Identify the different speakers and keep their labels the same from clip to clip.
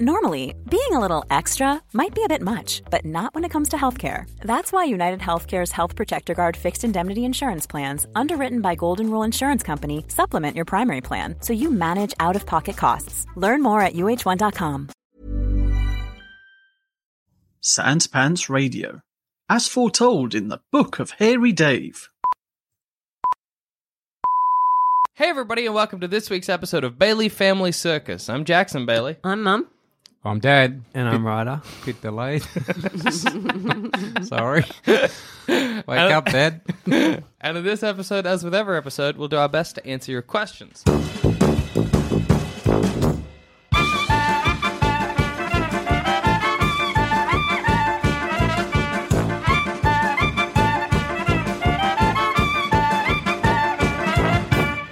Speaker 1: Normally, being a little extra might be a bit much, but not when it comes to healthcare. That's why United Healthcare's Health Protector Guard fixed indemnity insurance plans, underwritten by Golden Rule Insurance Company, supplement your primary plan so you manage out of pocket costs. Learn more at uh1.com.
Speaker 2: Sans Pants Radio, as foretold in the Book of Hairy Dave.
Speaker 3: Hey, everybody, and welcome to this week's episode of Bailey Family Circus. I'm Jackson Bailey.
Speaker 4: I'm mum.
Speaker 5: I'm Dad.
Speaker 6: And I'm Ryder.
Speaker 5: Bit delayed. Sorry. Wake up, Dad.
Speaker 3: And in this episode, as with every episode, we'll do our best to answer your questions.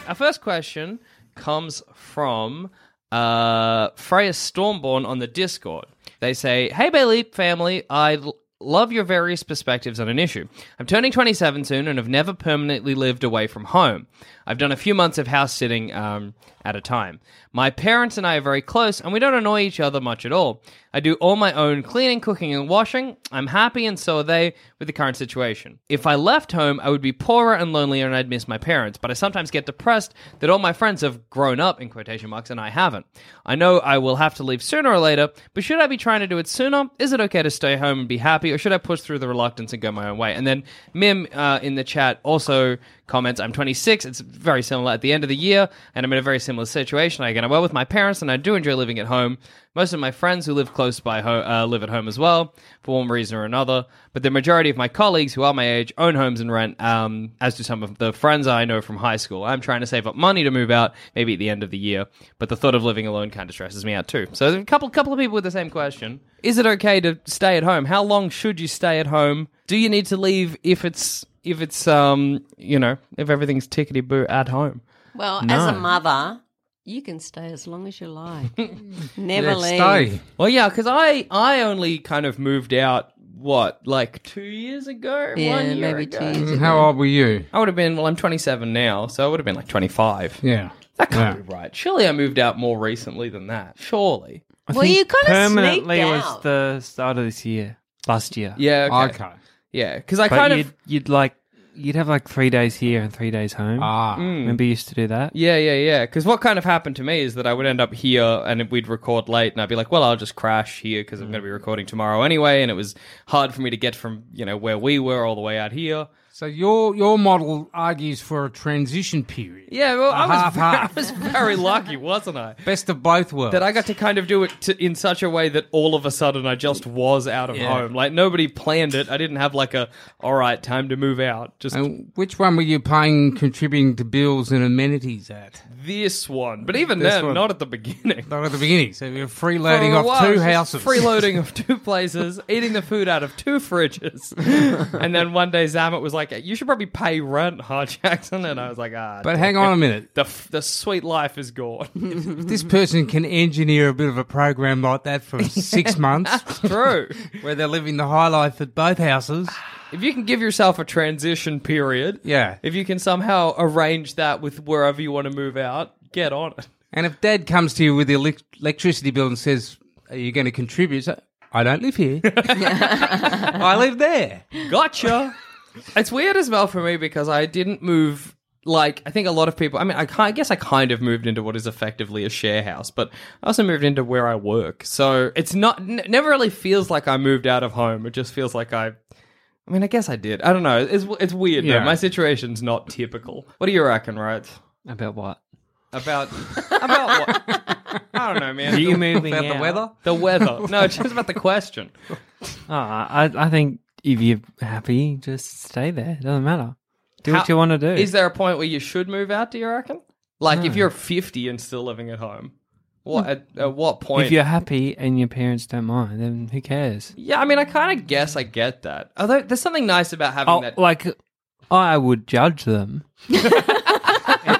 Speaker 3: Our first question comes from uh, Freya Stormborn on the Discord. They say, Hey, Bailey family, I l- love your various perspectives on an issue. I'm turning 27 soon and have never permanently lived away from home. I've done a few months of house sitting um, at a time. My parents and I are very close and we don't annoy each other much at all. I do all my own cleaning, cooking, and washing. I'm happy and so are they with the current situation. If I left home, I would be poorer and lonelier and I'd miss my parents, but I sometimes get depressed that all my friends have grown up, in quotation marks, and I haven't. I know I will have to leave sooner or later, but should I be trying to do it sooner? Is it okay to stay home and be happy, or should I push through the reluctance and go my own way? And then Mim uh, in the chat also comments, I'm 26. It's very similar at the end of the year, and I'm in a very similar situation. I get on well with my parents, and I do enjoy living at home. Most of my friends who live close by ho- uh, live at home as well, for one reason or another. But the majority of my colleagues who are my age own homes and rent, um, as do some of the friends I know from high school. I'm trying to save up money to move out, maybe at the end of the year. But the thought of living alone kind of stresses me out too. So there's a couple couple of people with the same question: Is it okay to stay at home? How long should you stay at home? Do you need to leave if it's if it's um you know if everything's tickety boo at home?
Speaker 4: Well, as a mother, you can stay as long as you like. Never
Speaker 5: Yeah,
Speaker 4: leave.
Speaker 5: stay.
Speaker 3: Well, yeah, because I I only kind of moved out what like two years ago,
Speaker 4: Yeah,
Speaker 3: one year
Speaker 4: maybe
Speaker 3: ago.
Speaker 4: two years.
Speaker 5: Mm, How old were you?
Speaker 3: I would have been well. I'm 27 now, so I would have been like 25.
Speaker 5: Yeah.
Speaker 3: That can't be right. Surely I moved out more recently than that. Surely.
Speaker 4: well, you kind of
Speaker 6: Permanently
Speaker 4: sneaked
Speaker 6: was
Speaker 4: out.
Speaker 6: the start of this year, last year.
Speaker 3: Yeah. Okay.
Speaker 5: Okay.
Speaker 3: Yeah, because I
Speaker 6: But
Speaker 3: kind
Speaker 6: you'd,
Speaker 3: of.
Speaker 6: you'd like you'd have like three days here and three days home.
Speaker 5: Ah.
Speaker 6: Remember you used to do that?
Speaker 3: Yeah, yeah, yeah. Because what kind of happened to me is that I would end up here and we'd record late, and I'd be like, "Well, I'll just crash here because I'm going to be recording tomorrow anyway." And it was hard for me to get from you know where we were all the way out here.
Speaker 5: So your your model argues for a transition period.
Speaker 3: Yeah, well,
Speaker 5: A
Speaker 3: I was
Speaker 5: half-half.
Speaker 3: I was very lucky, wasn't I?
Speaker 5: Best of both worlds.
Speaker 3: that I got to kind of do it to, in such a way that all of a sudden I just was out of home. Like nobody planned it. I didn't have like a all right time to move out. Just
Speaker 5: And which one were you paying, contributing to bills and amenities at?
Speaker 3: this one, but even
Speaker 5: This
Speaker 3: then,
Speaker 5: one.
Speaker 3: not at the beginning.
Speaker 5: Not at the beginning. So you were
Speaker 3: For
Speaker 5: freeloading
Speaker 3: a
Speaker 5: off
Speaker 3: while, I
Speaker 5: two
Speaker 3: was just
Speaker 5: houses.
Speaker 3: freeloading of two places, eating the food out of two fridges, and then one day Zamet was like, "You should probably pay rent, huh, Jackson?" And I was like, "Ah,
Speaker 5: But hang on a minute.
Speaker 3: the f- the sweet life is gone."
Speaker 5: If this person can engineer a bit of a program like that for six months,
Speaker 3: True.
Speaker 5: where they're living the high life at both houses,
Speaker 3: If you can give yourself a transition period,
Speaker 5: yeah.
Speaker 3: If you can somehow arrange that with wherever you want to move out, get on it.
Speaker 5: And if Dad comes to you with the elec- electricity bill and says, "Are you going to contribute?" So, I don't live here. I live there.
Speaker 3: Gotcha. it's weird as well for me because I didn't move. Like I think a lot of people. I mean, I, ki- I guess I kind of moved into what is effectively a share house, but I also moved into where I work. So it's not n- never really feels like I moved out of home. It just feels like I. I mean, I guess I did. I don't know. It's it's weird. though.
Speaker 5: Yeah.
Speaker 3: My situation's not typical. What do you reckon, right?
Speaker 6: About what?
Speaker 3: About about what? I don't know, man.
Speaker 6: Are you moving
Speaker 5: About
Speaker 6: out?
Speaker 5: the weather.
Speaker 3: The weather. No, it's just about the question.
Speaker 6: Oh, I I think if you're happy, just stay there. It doesn't matter. Do
Speaker 3: How-
Speaker 6: what you want to do.
Speaker 3: Is there a point where you should move out, do you reckon? Like if you're 50 and still living at home. What at, at what point?
Speaker 6: Hmm. If you're happy and your parents don't mind, then who cares?
Speaker 3: yeah, I mean, I kind of guess I get that. Although there's something nice about having
Speaker 6: Oh,
Speaker 3: that.
Speaker 6: like I would judge them if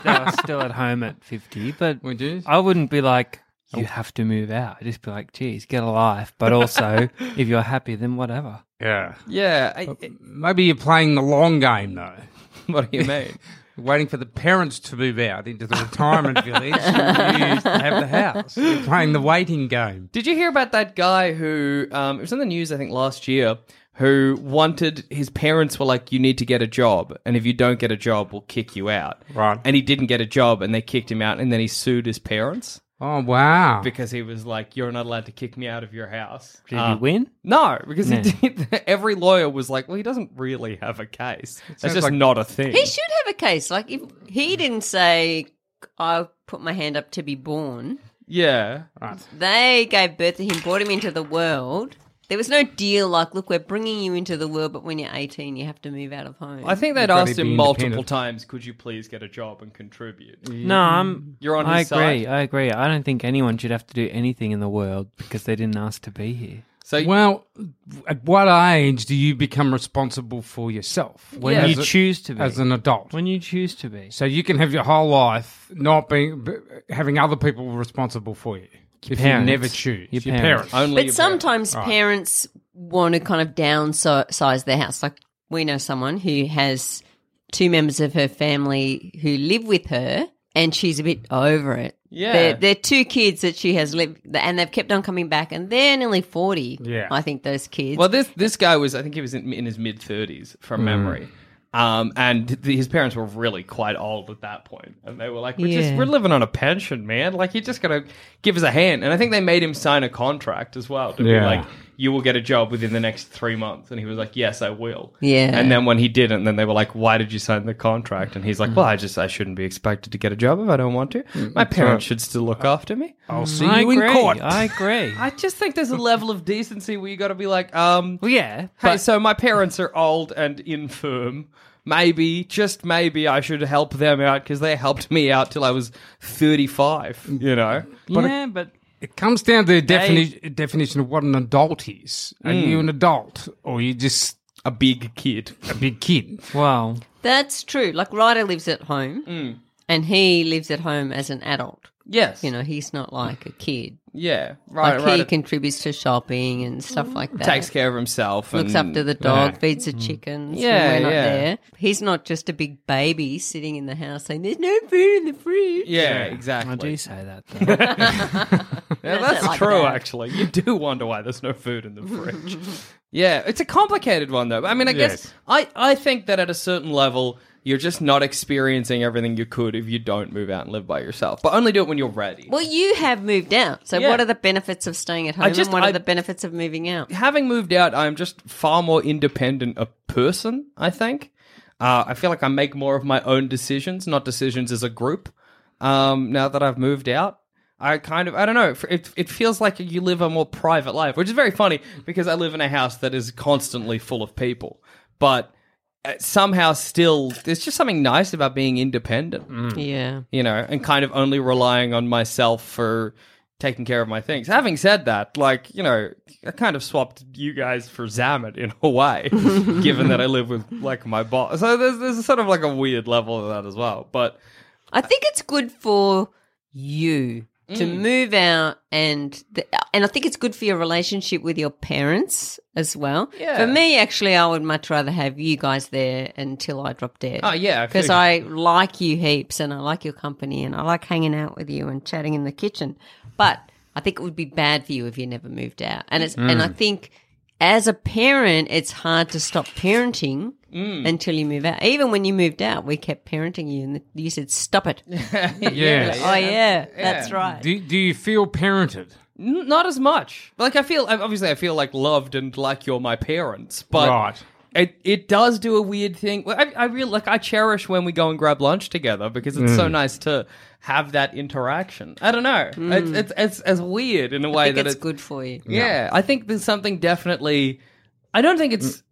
Speaker 6: they were still at home at fifty, but
Speaker 5: Would you?
Speaker 6: I wouldn't be like you have to move out. I'd just be like, geez, get a life. But also, if you're happy, then whatever.
Speaker 5: Yeah.
Speaker 3: yeah,
Speaker 6: oh.
Speaker 3: I, I-
Speaker 5: Maybe you're playing the long game though.
Speaker 3: what do you mean?
Speaker 5: Waiting for the parents to move out into the retirement village and you to have the house. You're playing the waiting game.
Speaker 3: Did you hear about that guy who um, it was in the news I think last year who wanted his parents were like you need to get a job and if you don't get a job we'll kick you out.
Speaker 5: Right.
Speaker 3: And he didn't get a job and they kicked him out and then he sued his parents
Speaker 5: Oh wow.
Speaker 3: because he was like you're not allowed to kick me out of your house.
Speaker 6: Did
Speaker 3: Uh,
Speaker 6: you win?
Speaker 3: No, because
Speaker 6: No.
Speaker 3: he did, every lawyer was like, well, he doesn't really have a case. That's
Speaker 5: sounds
Speaker 3: just
Speaker 5: like-
Speaker 3: not a thing.
Speaker 4: He should have a case. Like if he didn't say, "I put my hand up to be born,"
Speaker 3: yeah.
Speaker 4: they gave birth to him, brought him into the world. There was no deal like, "Look, we're bringing you into the world, but when you're 18, you have to move out of home."
Speaker 3: I think they'd
Speaker 5: gotta
Speaker 3: asked
Speaker 5: be
Speaker 3: him multiple
Speaker 5: independent. Mm.
Speaker 3: times, could you please get a job and contribute?
Speaker 6: No, I'm.
Speaker 3: You're on
Speaker 6: I
Speaker 3: his
Speaker 6: agree.
Speaker 3: side.
Speaker 6: I agree. I don't think anyone should have to do anything in the world because they didn't ask to be here.
Speaker 3: So
Speaker 5: Well, at what age do you become responsible for yourself?
Speaker 6: When
Speaker 3: Yeah.
Speaker 6: you
Speaker 5: As a-
Speaker 6: choose to be.
Speaker 5: as an adult.
Speaker 6: when you choose to be.
Speaker 5: So you can have your whole life not being b- having other people responsible for you. if
Speaker 6: parents.
Speaker 5: you never choose
Speaker 6: Your parents.
Speaker 3: only
Speaker 4: But
Speaker 3: about-
Speaker 4: sometimes parents want to kind of downsize their house. Like we know someone who has two members of her family who live with her, and she's a bit over it.
Speaker 3: Yeah.
Speaker 4: they're, they're two kids that she has lived, and they've kept on coming back, and they're nearly forty.
Speaker 5: Yeah.
Speaker 4: I think those kids.
Speaker 3: Well, this this guy was, I think he was in, in his mid thirties from memory, um, and the, his parents were really quite old at that point, and they were like, "We're just
Speaker 4: Yeah.
Speaker 3: we're living on a pension, man. Like you're just gonna give us a hand." And I think they made him sign a contract as well to
Speaker 5: Yeah.
Speaker 3: be like, "You will get a job within the next three months," and he was like, "Yes, I will."
Speaker 4: Yeah.
Speaker 3: And then when he didn't, then they were like, "Why did you sign the contract?" And he's like, "Well, I just I shouldn't be expected to get a job if I don't want to. My parents should still look after me."
Speaker 5: I'll see
Speaker 6: I
Speaker 5: you
Speaker 6: agree.
Speaker 5: in court.
Speaker 6: I agree.
Speaker 3: I just think there's a level of decency where you got to be like, um,
Speaker 6: well, yeah.
Speaker 3: Hey,
Speaker 6: but-
Speaker 3: so my parents are old and infirm. Maybe, just maybe, I should help them out because they helped me out till I was 35, you know?
Speaker 6: yeah, but
Speaker 5: It comes down to the defini- definition of what an adult is.
Speaker 3: Hmm.
Speaker 5: Are you an adult or are you just
Speaker 3: A big kid.
Speaker 5: a big kid?
Speaker 6: well,
Speaker 4: That's true. Like Ryder lives at home,
Speaker 3: Mm.
Speaker 4: and he lives at home as an adult.
Speaker 3: Yes.
Speaker 4: You know, he's not like a kid.
Speaker 3: Yeah. Right,
Speaker 4: like
Speaker 3: right.
Speaker 4: he contributes to shopping and stuff like that.
Speaker 3: takes care of himself.
Speaker 4: looks
Speaker 3: and-
Speaker 4: up to the dog, feeds the chickens.
Speaker 3: Mm. Yeah,
Speaker 4: Yeah, when we're not
Speaker 3: yeah.
Speaker 4: there. He's not just a big baby sitting in the house saying, "There's no food in the fridge."
Speaker 3: Yeah,
Speaker 6: I do
Speaker 3: exactly.
Speaker 6: say that. Though.
Speaker 3: Yeah,
Speaker 4: That's
Speaker 3: that's
Speaker 4: it like
Speaker 3: true,
Speaker 4: that.
Speaker 3: actually. You do wonder why there's no food in the fridge. yeah, it's a complicated one, though. I mean, I guess
Speaker 5: Yes.
Speaker 3: I, I think that at a certain level, you're just not experiencing everything you could if you don't move out and live by yourself. But only do it when you're ready.
Speaker 4: Well, you have moved out, so
Speaker 3: Yeah.
Speaker 4: what are the benefits of staying at home,
Speaker 3: just-
Speaker 4: and what
Speaker 3: I-
Speaker 4: are the benefits of moving out?
Speaker 3: having moved out, I'm just far more independent a person. I think. Uh, I feel like I make more of my own decisions, not decisions as a group. Um, now that I've moved out, I kind of I don't know. It it feels like you live a more private life, which is very funny because I live in a house that is constantly full of people, but uh, somehow still there's just something nice about being independent
Speaker 4: Yeah,
Speaker 3: you know, and kind of only relying on myself for taking care of my things. Having said that, like, you know, I kind of swapped you guys for Zamet in a way, given that I live with like my boss. So there's there's a sort of like a weird level of that as well. But
Speaker 4: I think it's good for you to
Speaker 3: Mm.
Speaker 4: move out, and the, and I think it's good for your relationship with your parents as well.
Speaker 3: Yeah.
Speaker 4: For me, actually, I would much rather have you guys there until I drop dead.
Speaker 3: oh yeah,
Speaker 4: because I like you heaps and I like your company and I like hanging out with you and chatting in the kitchen. But I think it would be bad for you if you never moved out. And it's and I
Speaker 3: Mm.
Speaker 4: think as a parent, it's hard to stop parenting
Speaker 3: Mm.
Speaker 4: until you move out. Even when you moved out, we kept parenting you, and you said, "Stop it!"
Speaker 5: Yes.
Speaker 4: oh yeah, that's right.
Speaker 5: Do, do you feel parented?
Speaker 3: N- not as much. Like I feel obviously I feel like loved and like you're my parents, but
Speaker 5: Right.
Speaker 3: it it does do a weird thing. Well, I I really like I cherish when we go and grab lunch together because it's so nice to have that interaction. I don't know. It's, it's it's as weird in a way
Speaker 4: I think
Speaker 3: that
Speaker 4: it's
Speaker 3: it-
Speaker 4: good for you.
Speaker 3: Yeah, I think there's something definitely. I don't think it's.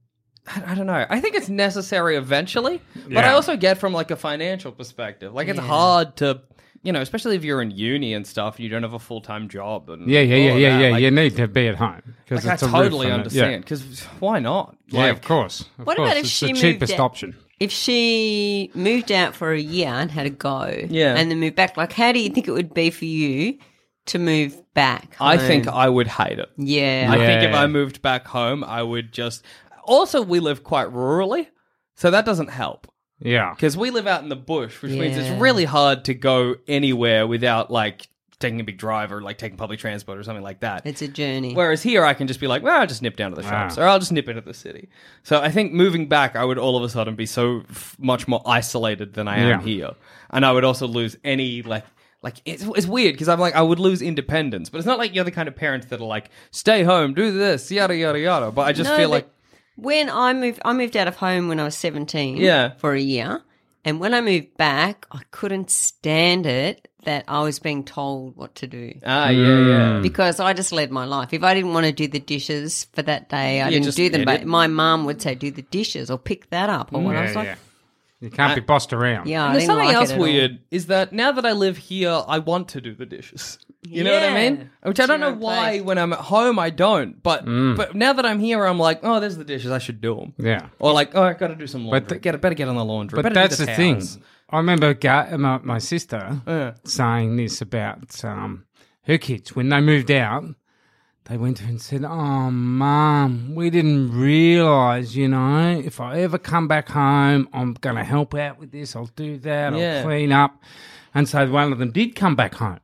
Speaker 3: I I don't know. I think it's necessary eventually, but I
Speaker 5: Yeah.
Speaker 3: also get from like a financial perspective. Like it's hard to you know, especially if you're in uni and stuff, and you don't have a full time job. And
Speaker 5: Yeah, yeah,
Speaker 3: all
Speaker 5: yeah,
Speaker 3: of
Speaker 5: yeah,
Speaker 3: that,
Speaker 5: yeah.
Speaker 3: like-
Speaker 5: you need to be at home because
Speaker 3: like,
Speaker 5: it's
Speaker 3: I
Speaker 5: a roof
Speaker 3: totally
Speaker 5: on it.
Speaker 3: understand because why not?
Speaker 5: Yeah, yeah
Speaker 3: Like,
Speaker 5: of course. Of
Speaker 4: What
Speaker 5: course.
Speaker 4: about if
Speaker 5: it's
Speaker 4: she
Speaker 5: the
Speaker 4: moved
Speaker 5: cheapest
Speaker 4: it-
Speaker 5: option?
Speaker 4: If she moved out for a year and had a go,
Speaker 3: Yeah.
Speaker 4: and then moved back, like, how do you think it would be for you to move back?
Speaker 3: I think
Speaker 4: home?
Speaker 3: I would hate it.
Speaker 4: yeah,
Speaker 3: I think if
Speaker 5: Yeah.
Speaker 3: I moved back home, I would just. Also, we live quite rurally, so that doesn't help.
Speaker 5: Yeah.
Speaker 3: because we live out in the bush, which means it's
Speaker 4: Yeah.
Speaker 3: really hard to go anywhere without like taking a big drive or like taking public transport or something like that.
Speaker 4: it's a journey.
Speaker 3: Whereas here, I can just be like, well, I'll just nip down to the shops or I'll just nip into the city. So I think moving back, I would all of a sudden be so f- much more isolated than I am
Speaker 5: Yeah.
Speaker 3: here, and I would also lose any like. Like it's, it's weird because I'm like I would lose independence, but it's not like you're the kind of parents that are like stay home, do this, yada yada yada. But I just
Speaker 4: No,
Speaker 3: feel
Speaker 4: but
Speaker 3: like
Speaker 4: when I moved, I moved out of home when I was seventeen.
Speaker 3: Yeah.
Speaker 4: for a year, and when I moved back, I couldn't stand it that I was being told what to do.
Speaker 3: ah yeah yeah
Speaker 4: because I just led my life. If I didn't want to do the dishes for that day, I
Speaker 3: You
Speaker 4: didn't
Speaker 3: just
Speaker 4: do them.
Speaker 3: did
Speaker 4: But
Speaker 3: it.
Speaker 4: my mum would say, "Do the dishes or pick that up," or what I
Speaker 5: Yeah,
Speaker 4: was like,
Speaker 5: yeah. You can't be bossed around.
Speaker 4: "Yeah, I
Speaker 3: And there's
Speaker 4: didn't
Speaker 3: something
Speaker 4: like
Speaker 3: else
Speaker 4: it at all."
Speaker 3: weird is that now that I live here, I want to do the dishes. You know what I
Speaker 4: Yeah.
Speaker 3: mean? Which I
Speaker 4: It's your
Speaker 3: don't know
Speaker 4: own
Speaker 3: why
Speaker 4: place.
Speaker 3: when I'm at home I don't, but but now that I'm here, I'm like, oh, there's the dishes. I should do them.
Speaker 5: Yeah.
Speaker 3: Or like, oh, I got to do some laundry.
Speaker 5: the-
Speaker 3: get better get on the laundry.
Speaker 5: But
Speaker 3: better do
Speaker 5: that's the, thing.
Speaker 3: towels.
Speaker 5: I remember ga- my, my sister saying this about um, her kids when they moved out. They went to her and said, "Oh, mum, we didn't realise, you know, if I ever come back home, I'm going to help out with this. I'll do that.
Speaker 3: Yeah.
Speaker 5: I'll clean up." And so one of them did come back home.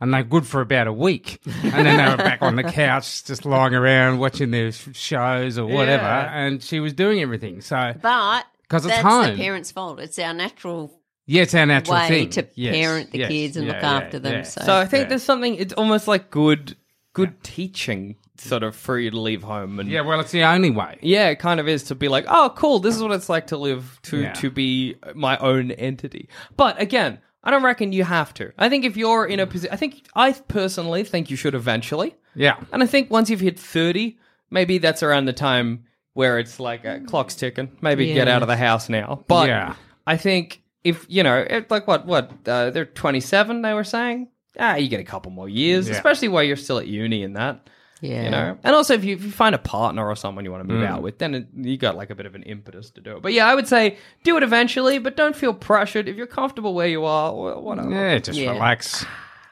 Speaker 5: And they're good for about a week, and then they were back on the couch, just lying around watching their sh- shows or whatever.
Speaker 3: Yeah.
Speaker 5: And she was doing everything. So
Speaker 4: But
Speaker 5: 'Cause it's
Speaker 4: that's
Speaker 5: home.
Speaker 4: the parents' fault. It's our natural
Speaker 5: Yeah, it's our natural
Speaker 4: way
Speaker 5: thing.
Speaker 4: to
Speaker 5: Yes,
Speaker 4: parent the
Speaker 5: yes,
Speaker 4: kids and
Speaker 5: yeah,
Speaker 4: look
Speaker 5: yeah,
Speaker 4: after them.
Speaker 5: yeah.
Speaker 4: So,
Speaker 3: So I think there's something. It's almost like good good teaching, sort of for you to leave home and
Speaker 5: Yeah, well, it's the only way.
Speaker 3: Yeah, it kind of is to be like, oh, cool. This is what it's like to live to
Speaker 5: Yeah.
Speaker 3: to be my own entity. But again, I don't reckon you have to. I think if you're in a position, I think I personally think you should eventually.
Speaker 5: Yeah.
Speaker 3: And I think once you've hit thirty, maybe that's around the time where it's like uh, clock's ticking. Maybe get out of the house now. But
Speaker 5: Yeah.
Speaker 3: I think if you know, it, like what what uh, they're twenty seven. They were saying. Ah, you get a couple more years,
Speaker 5: Yeah.
Speaker 3: especially while you're still at uni and that.
Speaker 4: yeah,
Speaker 3: You know, and also if you, if you find a partner or someone you want to move
Speaker 7: Mm.
Speaker 3: out with, then it, you got like a bit of an impetus to do it. But yeah, I would say do it eventually, but don't feel pressured if you're comfortable where you are. wh- Whatever.
Speaker 5: Yeah, just
Speaker 4: Yeah.
Speaker 5: relax.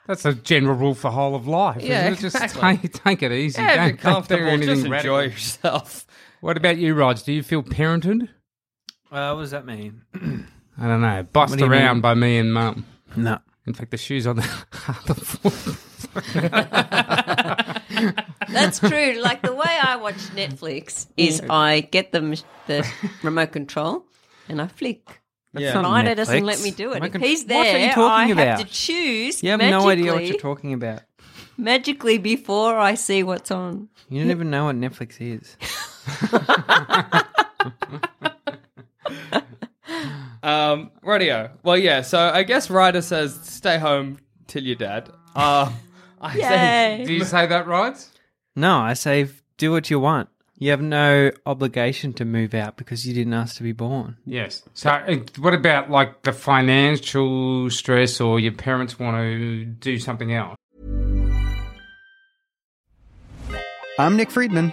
Speaker 5: That's a general rule for whole of life. isn't
Speaker 3: Yeah,
Speaker 5: it? just
Speaker 3: exactly.
Speaker 5: take, take it easy.
Speaker 3: Yeah, if
Speaker 5: don't,
Speaker 3: you're
Speaker 5: don't do
Speaker 3: comfortable,
Speaker 5: anything
Speaker 3: just enjoy
Speaker 5: radical.
Speaker 3: yourself.
Speaker 5: What about you, Rog? Do you feel parented?
Speaker 6: Uh, what does that mean?
Speaker 5: I don't know. Bossed
Speaker 6: do you
Speaker 5: around
Speaker 6: mean?
Speaker 5: by me and mum.
Speaker 6: No.
Speaker 5: In fact, the shoes on the other foot.
Speaker 4: that's true. Like the way I watch Netflix is I get the mach- the remote control and I flick.
Speaker 3: Yeah.
Speaker 4: Schneider doesn't
Speaker 6: Netflix.
Speaker 4: let me do it.
Speaker 6: Remote
Speaker 4: If
Speaker 6: con-
Speaker 4: he's
Speaker 6: What are you
Speaker 4: there, I
Speaker 6: talking
Speaker 4: have to
Speaker 6: about?
Speaker 4: choose.
Speaker 6: You have no idea what you're
Speaker 4: magically-
Speaker 6: talking about.
Speaker 4: magically before I see what's on.
Speaker 6: You don't even know what Netflix is.
Speaker 3: Um, radio. Well, yeah. So I guess Ryder says stay home till you're dead. Uh, I say
Speaker 4: Yay.
Speaker 5: Do you say that, Rog?
Speaker 6: No, I say do what you want. You have no obligation to move out because you didn't ask to be born.
Speaker 5: Yes. So, uh, what about like the financial stress, or your parents want to do something else?
Speaker 7: I'm Nick Friedman.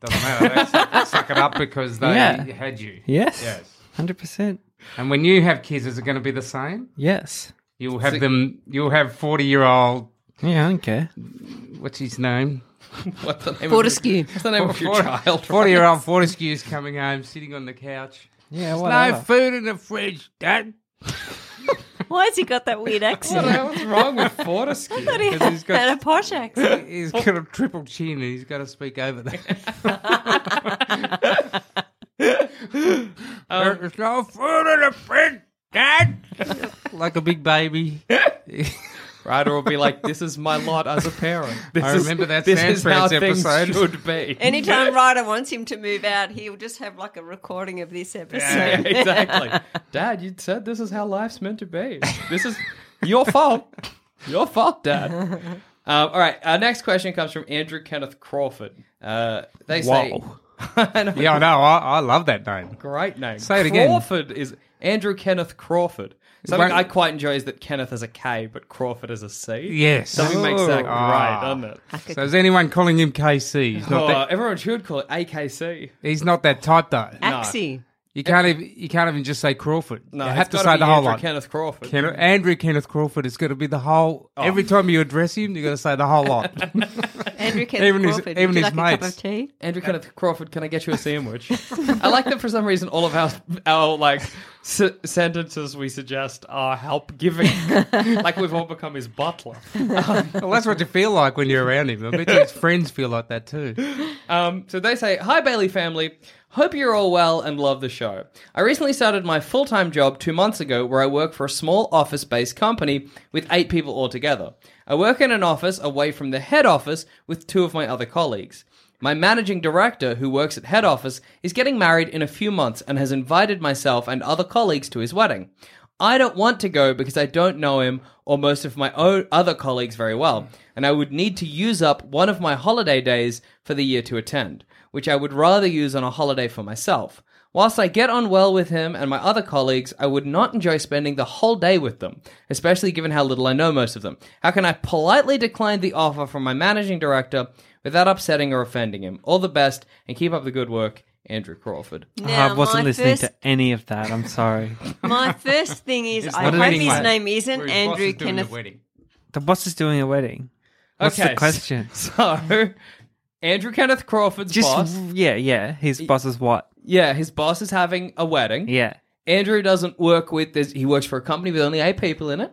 Speaker 5: Doesn't matter. They suck it up because they
Speaker 6: Yeah.
Speaker 5: had you.
Speaker 6: Yes.
Speaker 5: Yes.
Speaker 6: Hundred percent.
Speaker 5: And when you have kids, is it going to be the same?
Speaker 6: Yes.
Speaker 5: You'll have them. You'll have forty-year-old.
Speaker 6: Yeah, I don't care.
Speaker 5: What's his name?
Speaker 3: What's the name
Speaker 4: Fortescue.
Speaker 3: Of your, what's the name of your
Speaker 5: Forty-
Speaker 3: child?
Speaker 5: Forty-year-old Fortescue's coming home, sitting on the couch.
Speaker 6: Yeah,
Speaker 5: There's
Speaker 6: whatever.
Speaker 5: no food in the fridge, Dad.
Speaker 4: Why has he got that weird accent?
Speaker 3: What's wrong with Fortescue?
Speaker 4: I thought he
Speaker 5: Because he's
Speaker 4: had,
Speaker 5: got-
Speaker 4: had a posh accent.
Speaker 5: He's got a triple chin and he's got to speak over that. There's no food in the fridge, Dad. like a big baby.
Speaker 3: Ryder will be like, "This is my lot as a parent. This
Speaker 5: I
Speaker 3: is-
Speaker 5: remember that
Speaker 3: This
Speaker 5: Sans
Speaker 3: is how
Speaker 5: Pants
Speaker 3: things
Speaker 5: episode.
Speaker 3: should be."
Speaker 4: Anytime Ryder wants him to move out, he'll just have like a recording of this episode.
Speaker 3: Yeah, exactly. Dad, you said this is how life's meant to be. This is your fault. Your fault, Dad. Um, all right. Our next question comes from Andrew Kenneth Crawford. Uh, they say, I know,
Speaker 5: Yeah, I know. I, I love that name.
Speaker 3: great name.
Speaker 5: Say it again.
Speaker 3: Crawford is Andrew Kenneth Crawford. Something I
Speaker 5: Right.
Speaker 3: quite enjoy is that Kenneth is a K, but Crawford is a C.
Speaker 5: Yes.
Speaker 3: Something makes that
Speaker 5: Oh.
Speaker 3: right, doesn't it?
Speaker 5: So is anyone calling him KC? He's not,
Speaker 3: Oh,
Speaker 5: that,
Speaker 3: everyone should call it AKC.
Speaker 5: he's not that type though.
Speaker 4: Axie.
Speaker 5: You can't even you can't even just say Crawford.
Speaker 3: No,
Speaker 5: you
Speaker 3: it's
Speaker 5: have to
Speaker 3: gotta
Speaker 5: say
Speaker 3: be
Speaker 5: the whole
Speaker 3: Andrew
Speaker 5: lot.
Speaker 3: Kenneth Crawford.
Speaker 5: Ken- Andrew Kenneth Crawford is going to be the whole.
Speaker 3: Oh.
Speaker 5: Every time you address him, you got to say the whole lot.
Speaker 4: Andrew Kenneth
Speaker 5: Even his-
Speaker 4: Crawford. Would
Speaker 5: even
Speaker 4: you
Speaker 5: his
Speaker 4: like a cup
Speaker 5: mates.
Speaker 4: of tea?
Speaker 3: Andrew Kenneth Crawford, can I get you a sandwich? I like that for some reason all of our our like s- sentences we suggest are help giving, like we've all become his butler.
Speaker 5: well, that's what you feel like when you're around him. I bet you his friends feel like that too.
Speaker 3: Um, so they say, "Hi Bailey family, hope you're all well and love the show. I recently started my full time job two months ago, where I work for a small office based company with eight people altogether. I work in an office away from the head office with two of my other colleagues." My managing director, who works at head office, is getting married in a few months and has invited myself and other colleagues to his wedding. I don't want to go because I don't know him or most of my o other colleagues very well, and I would need to use up one of my holiday days for the year to attend, which I would rather use on a holiday for myself. Whilst I get on well with him and my other colleagues, I would not enjoy spending the whole day with them, especially given how little I know most of them. How can I politely decline the offer from my managing director without upsetting or offending him? All the best and keep up the good work, Andrew Crawford.
Speaker 4: Now,
Speaker 6: I wasn't
Speaker 4: my
Speaker 6: listening
Speaker 4: first-
Speaker 6: to any of that. I'm sorry.
Speaker 4: My first thing is I
Speaker 5: not
Speaker 4: hope
Speaker 5: wedding
Speaker 4: his
Speaker 5: night.
Speaker 4: name isn't
Speaker 5: Where his boss
Speaker 4: Andrew
Speaker 5: is doing the
Speaker 4: Kenneth.
Speaker 5: wedding.
Speaker 6: the boss is doing a wedding. What's
Speaker 3: Okay,
Speaker 6: the question?
Speaker 3: So, Andrew Kenneth Crawford's
Speaker 6: Just
Speaker 3: boss.
Speaker 6: yeah, yeah. His boss is what?
Speaker 3: Yeah, his boss is having a wedding.
Speaker 6: Yeah.
Speaker 3: Andrew doesn't work with this. He works for a company with only eight people in it.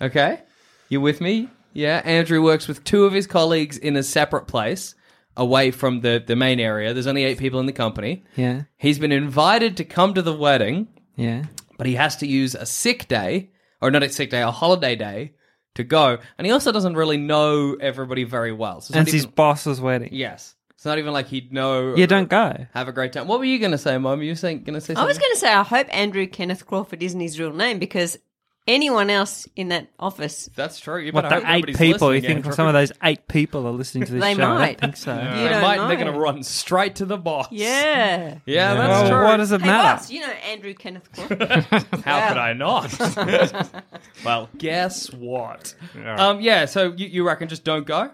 Speaker 3: Okay. You with me? Yeah. Andrew works with two of his colleagues in a separate place away from the, the main area. There's only eight people in the company.
Speaker 6: Yeah.
Speaker 3: He's been invited to come to the wedding,
Speaker 6: Yeah.
Speaker 3: but he has to use a sick day, or not a sick day, a holiday day to go. And he also doesn't really know everybody very well. So it's
Speaker 6: And
Speaker 3: not
Speaker 6: it's his
Speaker 3: even-
Speaker 6: boss's wedding.
Speaker 3: Yes. It's not even like he'd know.
Speaker 6: You don't go.
Speaker 3: Have a great time. What were you going to say, Mum? You were saying, going to say something?
Speaker 4: I was going to say I hope Andrew Kenneth Crawford isn't his real name because anyone else in that office,
Speaker 3: That's true. You
Speaker 6: What
Speaker 3: better
Speaker 6: the
Speaker 3: hope
Speaker 6: eight
Speaker 3: nobody's
Speaker 6: people? You
Speaker 3: listening,
Speaker 6: think
Speaker 3: Andrew.
Speaker 6: some of those eight people are listening to this
Speaker 4: They
Speaker 6: show? I
Speaker 4: might.
Speaker 6: don't think so.
Speaker 4: you
Speaker 3: they
Speaker 4: don't
Speaker 3: might,
Speaker 4: know.
Speaker 3: they're going to run straight to the boss.
Speaker 4: Yeah.
Speaker 3: Yeah, that's
Speaker 6: Well,
Speaker 3: true.
Speaker 6: Oh, what does it
Speaker 4: Hey,
Speaker 6: matter?
Speaker 4: boss, you know Andrew Kenneth Crawford.
Speaker 3: How could I not? well, guess what?
Speaker 5: Yeah.
Speaker 3: Um, yeah, so you, you reckon just don't go?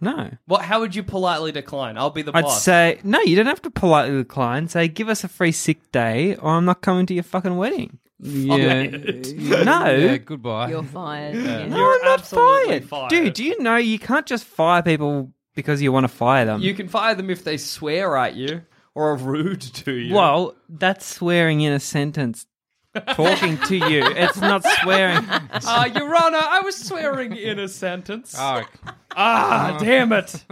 Speaker 6: No.
Speaker 3: What? How would you politely decline? I'll be the
Speaker 6: I'd
Speaker 3: boss.
Speaker 6: say no. You don't have to politely decline. Say give us a free sick day, or I'm not coming to your fucking wedding.
Speaker 5: Yeah,
Speaker 6: No.
Speaker 5: Yeah, goodbye.
Speaker 4: You're fired. Yeah.
Speaker 6: No,
Speaker 3: You're
Speaker 6: I'm not
Speaker 3: absolutely
Speaker 6: fired.
Speaker 3: fired.
Speaker 6: dude. Do you know you can't just fire people because you want to fire them?
Speaker 3: you can fire them if they swear at you or are rude to you.
Speaker 6: Well, that's swearing in a sentence. Talking to you, it's not swearing.
Speaker 3: uh, Your Honor, I was swearing in a sentence.
Speaker 5: Oh,
Speaker 3: Ah, damn it!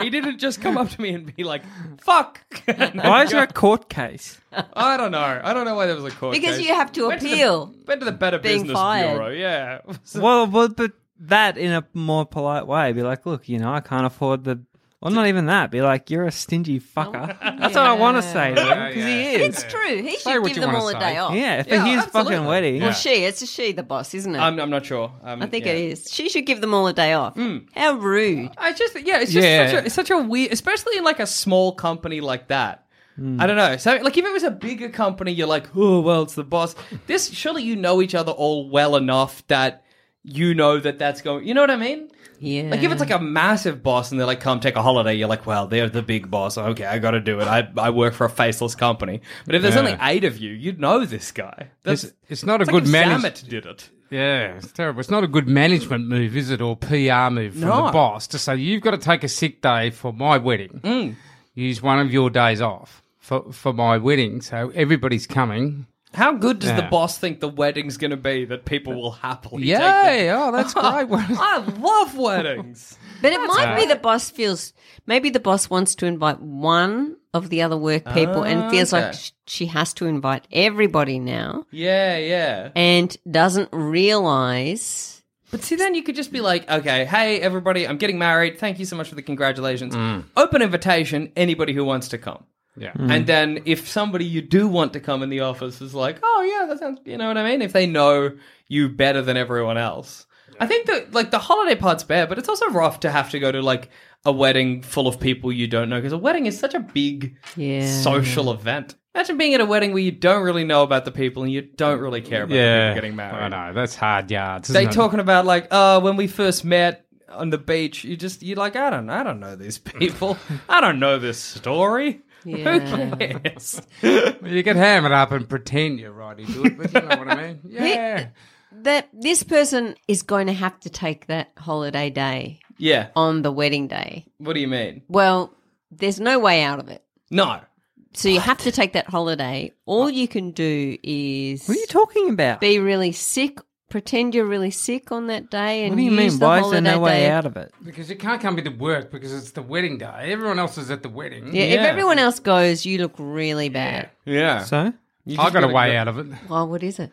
Speaker 3: He didn't just come up to me and be like, "Fuck."
Speaker 6: Why is there a court case?
Speaker 3: I don't know. I don't know why there was a court
Speaker 4: Because
Speaker 3: case.
Speaker 4: you have to
Speaker 3: Went the-
Speaker 4: appeal.
Speaker 3: went to the Better
Speaker 4: being
Speaker 3: Business
Speaker 4: fired.
Speaker 3: Bureau. Yeah. So-
Speaker 6: Well, but, but that in a more polite way, be like, look, you know, I can't afford the Well, not even that. Be like, you're a stingy fucker. That's what I want to say to him because he is.
Speaker 4: It's true. He
Speaker 6: Say
Speaker 4: should
Speaker 6: what
Speaker 4: give
Speaker 6: you
Speaker 4: them
Speaker 6: wanna
Speaker 4: all a
Speaker 6: say.
Speaker 4: day off.
Speaker 6: Yeah, for his fucking wedding.
Speaker 4: Well,
Speaker 6: Yeah.
Speaker 4: she. It's a she, the boss, isn't it?
Speaker 3: I'm, I'm not sure. Um,
Speaker 4: I think
Speaker 3: yeah.
Speaker 4: it is. She should give them all a day off.
Speaker 6: Hmm.
Speaker 4: How rude.
Speaker 3: I just yeah, it's just
Speaker 4: Yeah.
Speaker 3: Such, a, it's such a weird, especially in like a small company like that. I don't know. So like, if it was a bigger company, you're like, oh well, it's the boss. This surely you know each other all well enough that you know that that's going. You know what I mean?
Speaker 4: Yeah.
Speaker 3: Like if it's like a massive boss and they're like, come take a holiday, you're like, well, they're the big boss. Okay, I got to do it. I, I work for a faceless company. But if there's
Speaker 5: Yeah.
Speaker 3: only eight of you, you'd know this guy. That's,
Speaker 5: It's- it's not a
Speaker 3: like
Speaker 5: good
Speaker 3: if
Speaker 5: manage-
Speaker 3: Zamet did it.
Speaker 5: Yeah, it's terrible. It's not a good management move, is it, or PR move from
Speaker 3: No.
Speaker 5: the boss to say you've got to take a sick day for my wedding.
Speaker 3: Mm.
Speaker 5: Use one of your days off for for my wedding, so everybody's coming.
Speaker 3: How good does the
Speaker 5: Yeah.
Speaker 3: boss think the wedding's going to be that people will happily take
Speaker 5: Yay! Oh, that's great.
Speaker 3: them? I love weddings.
Speaker 4: But it might be the boss feels maybe the boss wants to invite one of the other work people and feels
Speaker 3: Okay.
Speaker 4: like sh- she has to invite everybody now
Speaker 3: yeah, yeah.
Speaker 4: and doesn't realize
Speaker 3: But see, then you could just be like, okay, hey, everybody, I'm getting married. Thank you so much for the congratulations.
Speaker 5: Mm.
Speaker 3: Open invitation, anybody who wants to come.
Speaker 5: Yeah.
Speaker 3: And then if somebody you do want to come in the office is like, oh, yeah, that sounds, you know what I mean? If they know you better than everyone else. I think that, like, the holiday part's bad, but it's also rough to have to go to, like, a wedding full of people you don't know because a wedding is such a big
Speaker 4: yeah
Speaker 3: social event. Imagine being at a wedding where you don't really know about the people and you don't really care about the
Speaker 5: Yeah,
Speaker 3: people getting married.
Speaker 5: I know that's hard yards.
Speaker 3: They
Speaker 5: isn't it?
Speaker 3: talking about like, uh, when we first met on the beach, you just you're like, I don't I don't know these people. I don't know this story.
Speaker 4: Yeah.
Speaker 3: Who cares?
Speaker 5: You can ham it up and pretend you're right into it, but you know what I mean. Yeah.
Speaker 4: that this person is going to have to take that holiday day
Speaker 3: yeah.
Speaker 4: on the wedding day.
Speaker 3: What do you mean?
Speaker 4: Well, there's no way out of it.
Speaker 3: No.
Speaker 4: So you have to take that holiday. All you can do is
Speaker 6: What are you talking about?
Speaker 4: be really sick, pretend you're really sick on that day and
Speaker 6: What do you
Speaker 4: use
Speaker 6: mean?
Speaker 4: the
Speaker 6: Why is
Speaker 4: holiday
Speaker 6: there no way
Speaker 4: day.
Speaker 6: out of it?
Speaker 5: Because you can't come into work because it's the wedding day. Everyone else is at the wedding.
Speaker 4: Yeah, if
Speaker 3: Yeah.
Speaker 4: everyone else goes, you look really bad.
Speaker 3: Yeah.
Speaker 6: So
Speaker 5: I got a way
Speaker 3: out.
Speaker 5: out of it.
Speaker 4: Well, what is it?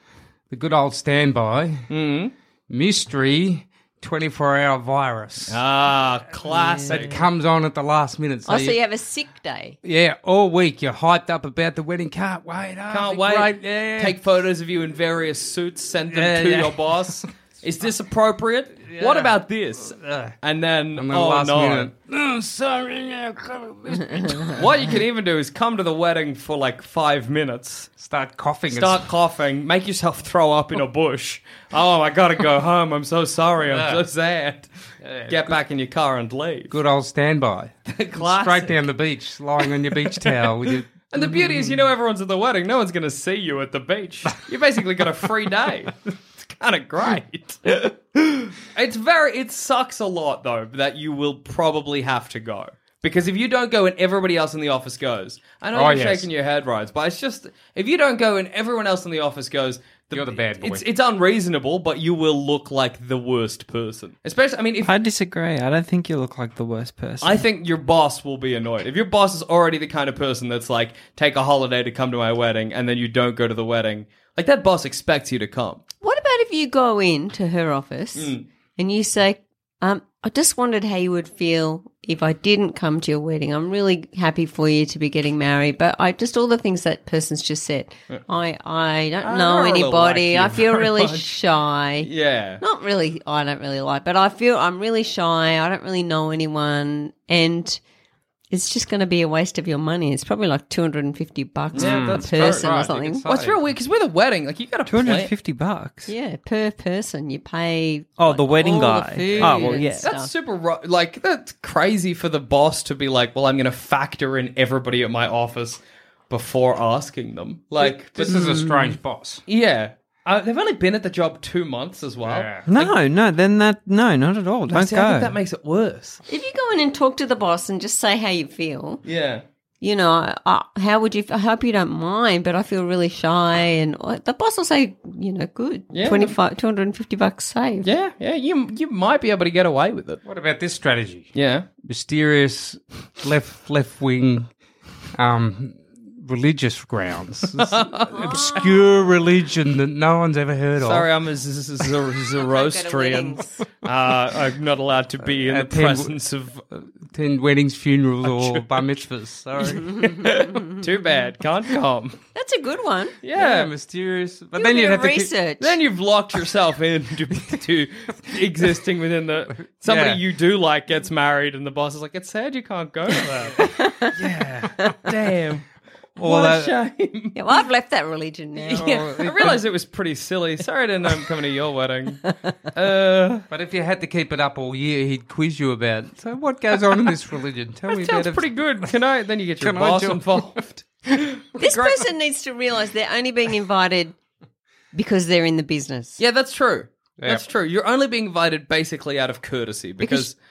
Speaker 5: The good old standby
Speaker 3: Mm-hmm.
Speaker 5: mystery 24 hour virus
Speaker 3: Ah,
Speaker 5: that
Speaker 3: classic.
Speaker 5: comes on at the last minute. So
Speaker 4: oh,
Speaker 5: you-
Speaker 4: so you have a sick day.
Speaker 5: yeah, all week you're hyped up about the wedding. Can't wait. Oh,
Speaker 3: Can't
Speaker 5: it'll be
Speaker 3: wait.
Speaker 5: great, Yeah.
Speaker 3: Take photos of you in various suits, send them
Speaker 5: Yeah,
Speaker 3: to
Speaker 5: yeah.
Speaker 3: your boss. Is this appropriate? What about this?
Speaker 5: Uh.
Speaker 3: And then,
Speaker 5: And then
Speaker 3: oh
Speaker 5: last
Speaker 3: no.
Speaker 5: minute. No, sorry. yeah, come on."
Speaker 3: What you can even do is come to the wedding for like five minutes.
Speaker 5: Start coughing.
Speaker 3: Start coughing. Make yourself throw up in a bush. Oh, I gotta go home. I'm so sorry. I'm so sad. Get back in your car and leave.
Speaker 5: Good old standby.
Speaker 3: Classic.
Speaker 5: Straight down the beach, lying on your beach towel with your.
Speaker 3: And the beauty is, you
Speaker 5: Mm.
Speaker 3: know, everyone's at the wedding. No one's gonna see you at the beach. You basically got a free day. It's kind of great. It's very. It sucks a lot though that you will probably have to go. Because if you don't go and everybody else in the office goes, I know
Speaker 5: Oh,
Speaker 3: you're
Speaker 5: yes.
Speaker 3: shaking your head, Ryan, but it's just if you don't go and everyone else in the office goes,
Speaker 5: You're the bad boy.
Speaker 3: It's, it's unreasonable, but you will look like the worst person. Especially, I mean, if
Speaker 6: I disagree. I don't think you look like the worst person.
Speaker 3: I think your boss will be annoyed. If your boss is already the kind of person that's like, take a holiday to come to my wedding, and then you don't go to the wedding, like that boss expects you to come.
Speaker 4: What about if you go in to her office
Speaker 3: Mm.
Speaker 4: and you say, um, I just wondered how you would feel if I didn't come to your wedding. I'm really happy for you to be getting married, but I just all the things that person's just said. I I don't
Speaker 3: I
Speaker 4: know
Speaker 3: don't really
Speaker 4: anybody.
Speaker 3: like you
Speaker 4: I feel
Speaker 3: very
Speaker 4: really
Speaker 3: much."
Speaker 4: shy.
Speaker 3: Yeah.
Speaker 4: Not really I don't really like, but I feel I'm really shy. I don't really know anyone and it's just going to be a waste of your money. It's probably like 250 bucks
Speaker 3: Yeah,
Speaker 4: per
Speaker 3: that's right,
Speaker 4: person
Speaker 5: right,
Speaker 4: or
Speaker 5: you
Speaker 4: something.
Speaker 5: can
Speaker 3: Well, it's
Speaker 5: Sorry.
Speaker 3: real weird because with a wedding, like you got to
Speaker 6: two hundred
Speaker 3: plan.
Speaker 6: and fifty bucks.
Speaker 4: Yeah, per person you pay.
Speaker 6: Oh,
Speaker 4: like,
Speaker 6: the wedding
Speaker 4: all
Speaker 6: guy.
Speaker 4: food
Speaker 6: Oh, well,
Speaker 4: and
Speaker 6: yeah.
Speaker 4: stuff.
Speaker 3: That's super ru- like that's crazy for the boss to be like, well, I'm going to factor in everybody at my office before asking them. Like,
Speaker 5: This is a strange boss.
Speaker 3: yeah, uh, they've only been at the job two months as well.
Speaker 5: Yeah.
Speaker 6: No, no, then that no, not at all. Don't
Speaker 3: See,
Speaker 6: go.
Speaker 3: I think that makes it worse.
Speaker 4: If you go in and talk to the boss and just say how you feel,
Speaker 3: Yeah.
Speaker 4: you know, I, I- how would you? I hope you don't mind, but I feel really shy. And uh, the boss will say, you know, good,
Speaker 3: Yeah.
Speaker 4: 25, 250 bucks saved.
Speaker 3: Yeah, yeah, you you might be able to get away with it.
Speaker 5: What about this strategy?
Speaker 3: Yeah.
Speaker 5: mysterious left left wing um, religious grounds, This obscure religion that no one's ever heard
Speaker 3: Sorry,
Speaker 5: of.
Speaker 3: I'm a Z- Z- Z- Zoroastrian.
Speaker 4: weddings.
Speaker 3: uh, I'm not allowed to be in the
Speaker 5: Attend-
Speaker 3: presence of
Speaker 5: attend weddings, funerals, or bar mitzvahs. Sorry.
Speaker 3: Too bad. Can't come.
Speaker 4: That's a good one.
Speaker 3: Yeah,
Speaker 5: mysterious. But
Speaker 4: Do a
Speaker 5: then
Speaker 4: bit
Speaker 5: you'd
Speaker 4: of
Speaker 5: have to keep-
Speaker 4: research.
Speaker 3: Then you've locked yourself into to existing within the. Somebody
Speaker 5: Yeah.
Speaker 3: you do like gets married, and the boss is like, "It's sad you can't go to that." yeah, damn.
Speaker 5: All
Speaker 3: what
Speaker 5: that-
Speaker 3: a shame.
Speaker 4: Yeah, well, I've left that religion now.
Speaker 3: Yeah, I realized it was pretty silly. Sorry I didn't know I'm coming to your wedding. Uh,
Speaker 5: But if you had to keep it up all year, he'd quiz you about. it. So what goes on in this religion? Tell me
Speaker 3: that sounds
Speaker 5: about
Speaker 3: pretty
Speaker 5: it.
Speaker 3: good. Can I? Then you get your
Speaker 5: Can I
Speaker 3: boss
Speaker 5: join?
Speaker 3: involved.
Speaker 4: This person needs to realize they're only being invited because they're in the business.
Speaker 3: Yeah, that's true. That's true. You're only being invited basically out of courtesy because,
Speaker 4: Because-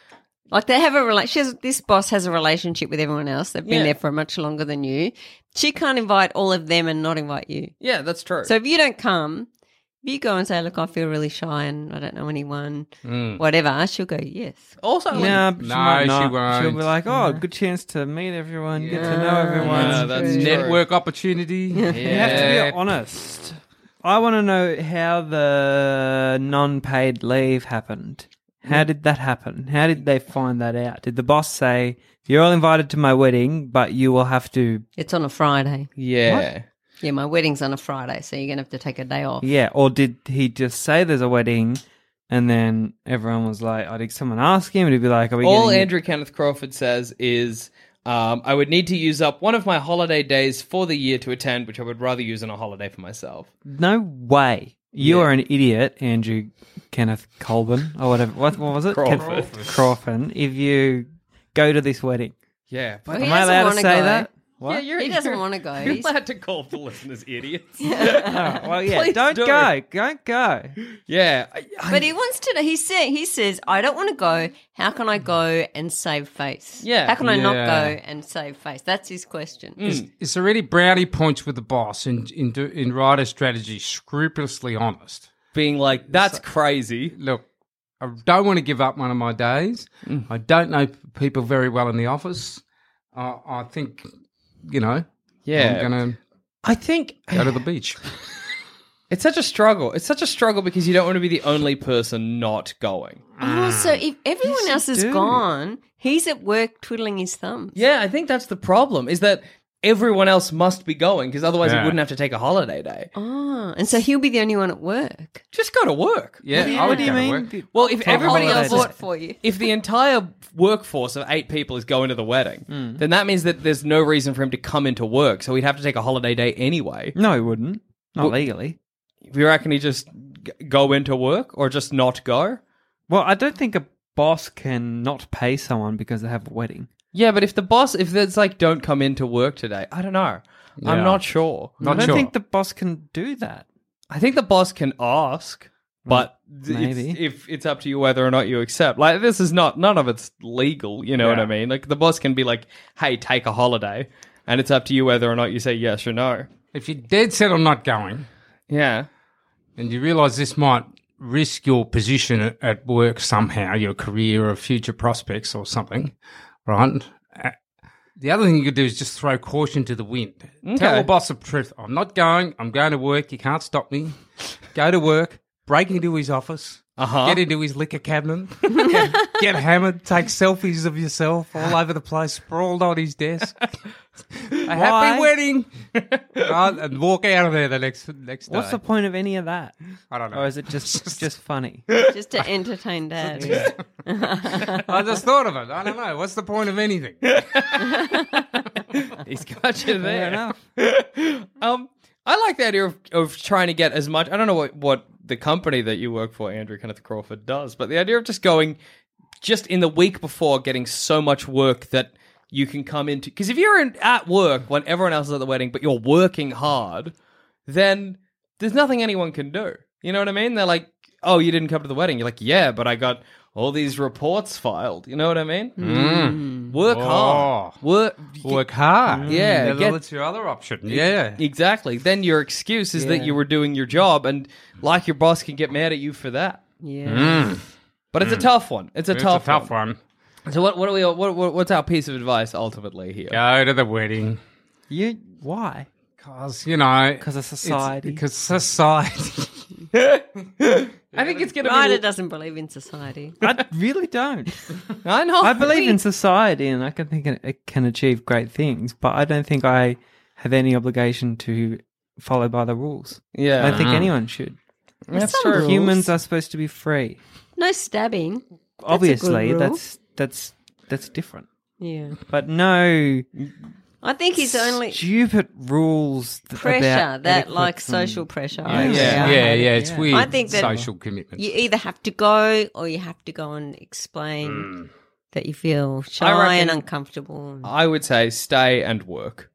Speaker 4: Like they have a rela- she has This boss has a relationship with everyone else. They've been
Speaker 3: Yeah.
Speaker 4: there for much longer than you. She can't invite all of them and not invite you.
Speaker 3: yeah, that's true.
Speaker 4: So if you don't come, if you go and say, "Look, I feel really shy and I don't know anyone,"
Speaker 3: Mm.
Speaker 4: whatever, she'll go, "Yes."
Speaker 3: also, like-
Speaker 6: Nah, but she
Speaker 5: No,
Speaker 6: might
Speaker 5: she
Speaker 6: not.
Speaker 5: won't.
Speaker 6: She'll be like, oh, good chance to meet everyone, get to know everyone.
Speaker 3: Yeah, that's true.
Speaker 5: Network opportunity.
Speaker 6: You have to be honest. I want to know how the non paid leave happened. How did that happen? How did they find that out? Did the boss say, You're all invited to my wedding, but you will have to,
Speaker 4: It's on a Friday.
Speaker 3: yeah.
Speaker 4: Yeah, my wedding's on a Friday, so you're gonna have to take a day off.
Speaker 6: yeah? Or did he just say there's a wedding and then everyone was like, Oh, did someone ask him? And he'd be like, Are we
Speaker 3: All
Speaker 6: getting it?"
Speaker 3: Andrew Kenneth Crawford says is, um, I would need to use up one of my holiday days for the year to attend, which I would rather use on a holiday for myself.
Speaker 6: No way. You
Speaker 3: Yeah.
Speaker 6: are an idiot, Andrew Kenneth Colvin, or whatever. What, what was it?
Speaker 3: Crawford.
Speaker 6: Ken- Crawford. If you go to this wedding.
Speaker 3: Yeah, but
Speaker 4: Well, he
Speaker 6: Am I
Speaker 4: doesn't
Speaker 6: allowed to
Speaker 4: wanna
Speaker 6: say
Speaker 4: go.
Speaker 6: that? What?
Speaker 3: yeah, you're,
Speaker 4: He doesn't
Speaker 3: you're-
Speaker 4: wanna go.
Speaker 3: You're
Speaker 4: He's-
Speaker 3: allowed to call the listeners idiots.
Speaker 6: Oh, well, yeah.
Speaker 3: Please
Speaker 6: don't
Speaker 3: do.
Speaker 6: go. Don't go.
Speaker 3: yeah, I- I-
Speaker 4: But he wants to know. He said, "He says I don't want to go. How can I go and save face?
Speaker 3: Yeah. Mm.
Speaker 4: how can I not
Speaker 5: Yeah.
Speaker 4: go and save face? That's his question.
Speaker 5: It's already brownie points with the boss in in, do- in rider strategy, scrupulously honest.
Speaker 3: being like that's crazy.
Speaker 5: Look, I don't want to give up one of my days. I don't know p- people very well in the office. I, I think, you know,
Speaker 3: Yeah.
Speaker 5: I'm going to
Speaker 3: I think
Speaker 5: go to the beach.
Speaker 3: it's such a struggle. It's such a struggle because you don't want to be the only person not going.
Speaker 4: Oh, so
Speaker 3: Mm.
Speaker 4: if everyone else is gone, he's at work twiddling his thumbs.
Speaker 3: Yeah, I think that's the problem. Is that everyone else must be going because otherwise he
Speaker 5: Yeah.
Speaker 3: wouldn't have to take a holiday day.
Speaker 4: Oh, and so he'll be the only one at work.
Speaker 3: Just go to work.
Speaker 5: Yeah, I would
Speaker 6: what do you
Speaker 5: go to
Speaker 6: mean?
Speaker 5: work.
Speaker 3: Well, if everybody
Speaker 4: I'll
Speaker 3: else is
Speaker 4: vote for you.
Speaker 3: if the entire workforce of eight people is going to the wedding, then that means that there's no reason for him to come into work, so he'd have to take a holiday day anyway.
Speaker 6: No, he wouldn't. Not legally.
Speaker 3: You reckon he just g- go into work or just not go?
Speaker 6: Well, I don't think a boss can not pay someone because they have a wedding.
Speaker 3: Yeah, but if the boss, if it's like, don't come into work today, I don't know. I'm
Speaker 5: Yeah.
Speaker 3: not sure.
Speaker 6: I
Speaker 5: Not
Speaker 6: don't
Speaker 5: sure.
Speaker 6: think the boss can do that.
Speaker 3: I think the boss can ask, but th-
Speaker 6: maybe.
Speaker 3: it's, if it's up to you whether or not you accept. Like, this is not none of it's legal. You know what I mean? Like, the boss can be like, "Hey, take a holiday," and it's up to you whether or not you say yes or no.
Speaker 5: If you're dead set on not going
Speaker 3: Yeah,
Speaker 5: and you realise this might risk your position at, at work somehow, your career or future prospects or something, right? Uh, The other thing you could do is just throw caution to the wind. Tell
Speaker 3: Okay.
Speaker 5: the boss the truth. I'm not going. I'm going to work. You can't stop me. Go to work. Break into his office.
Speaker 3: Uh-huh.
Speaker 5: Get into his liquor cabinet. get, get hammered. Take selfies of yourself all over the place, sprawled on his desk. A
Speaker 6: Why?
Speaker 5: happy wedding. Right, and walk out of there the next next day.
Speaker 6: What's the point of any of that?
Speaker 5: I don't know.
Speaker 6: Or is it just just funny?
Speaker 4: Just to entertain dad.
Speaker 5: I just thought of it. I don't know. What's the point of anything?
Speaker 3: he's got you there. um, I like the idea of, of trying to get as much. I don't know what, what the company that you work for, Andrew Kenneth Crawford, does, but the idea of just going just in the week before getting so much work that you can come into. Because if you're in, at work when everyone else is at the wedding, but you're working hard, then there's nothing anyone can do. You know what I mean? They're like, oh, you didn't come to the wedding. You're like, yeah, but I got all these reports filed. You know what I mean? Work hard.
Speaker 5: Oh.
Speaker 3: Work.
Speaker 5: Work hard.
Speaker 3: Yeah,
Speaker 5: That's
Speaker 3: get-
Speaker 5: your other option. Yeah.
Speaker 3: Exactly. Then your excuse is that you were doing your job, and like your boss can get mad at you for that.
Speaker 4: Yeah.
Speaker 3: But it's a tough one. It's a,
Speaker 5: It's
Speaker 3: tough,
Speaker 5: a tough one.
Speaker 3: So what? What are we? What, what, what's our piece of advice ultimately here?
Speaker 5: Go to the wedding.
Speaker 6: You why?
Speaker 5: Because, you know.
Speaker 6: 'Cause of
Speaker 5: it's-
Speaker 6: society.
Speaker 5: Because society.
Speaker 3: I think it's going to
Speaker 4: Ryder
Speaker 3: be.
Speaker 4: doesn't believe in society.
Speaker 6: I really don't.
Speaker 3: I know.
Speaker 6: I believe in society and I can think it- it can achieve great things, but I don't think I have any obligation to follow by the rules.
Speaker 3: Yeah.
Speaker 6: I don't think anyone should.
Speaker 3: That's
Speaker 4: Some
Speaker 3: true.
Speaker 4: rules.
Speaker 6: Humans are supposed to be free.
Speaker 4: No stabbing. That's a good
Speaker 6: Obviously,
Speaker 4: rule.
Speaker 6: that's that's that's different.
Speaker 4: yeah.
Speaker 6: But no
Speaker 4: I think he's only
Speaker 6: stupid rules th-
Speaker 4: pressure
Speaker 6: about
Speaker 4: that
Speaker 6: etiquette
Speaker 4: like
Speaker 6: and-
Speaker 4: social pressure.
Speaker 5: Yeah, yeah, yeah, It's weird.
Speaker 4: I think that
Speaker 5: social commitment.
Speaker 4: you either have to go or you have to go and explain that you feel shy and
Speaker 3: reckon-
Speaker 4: uncomfortable. and-
Speaker 3: I would say stay and work.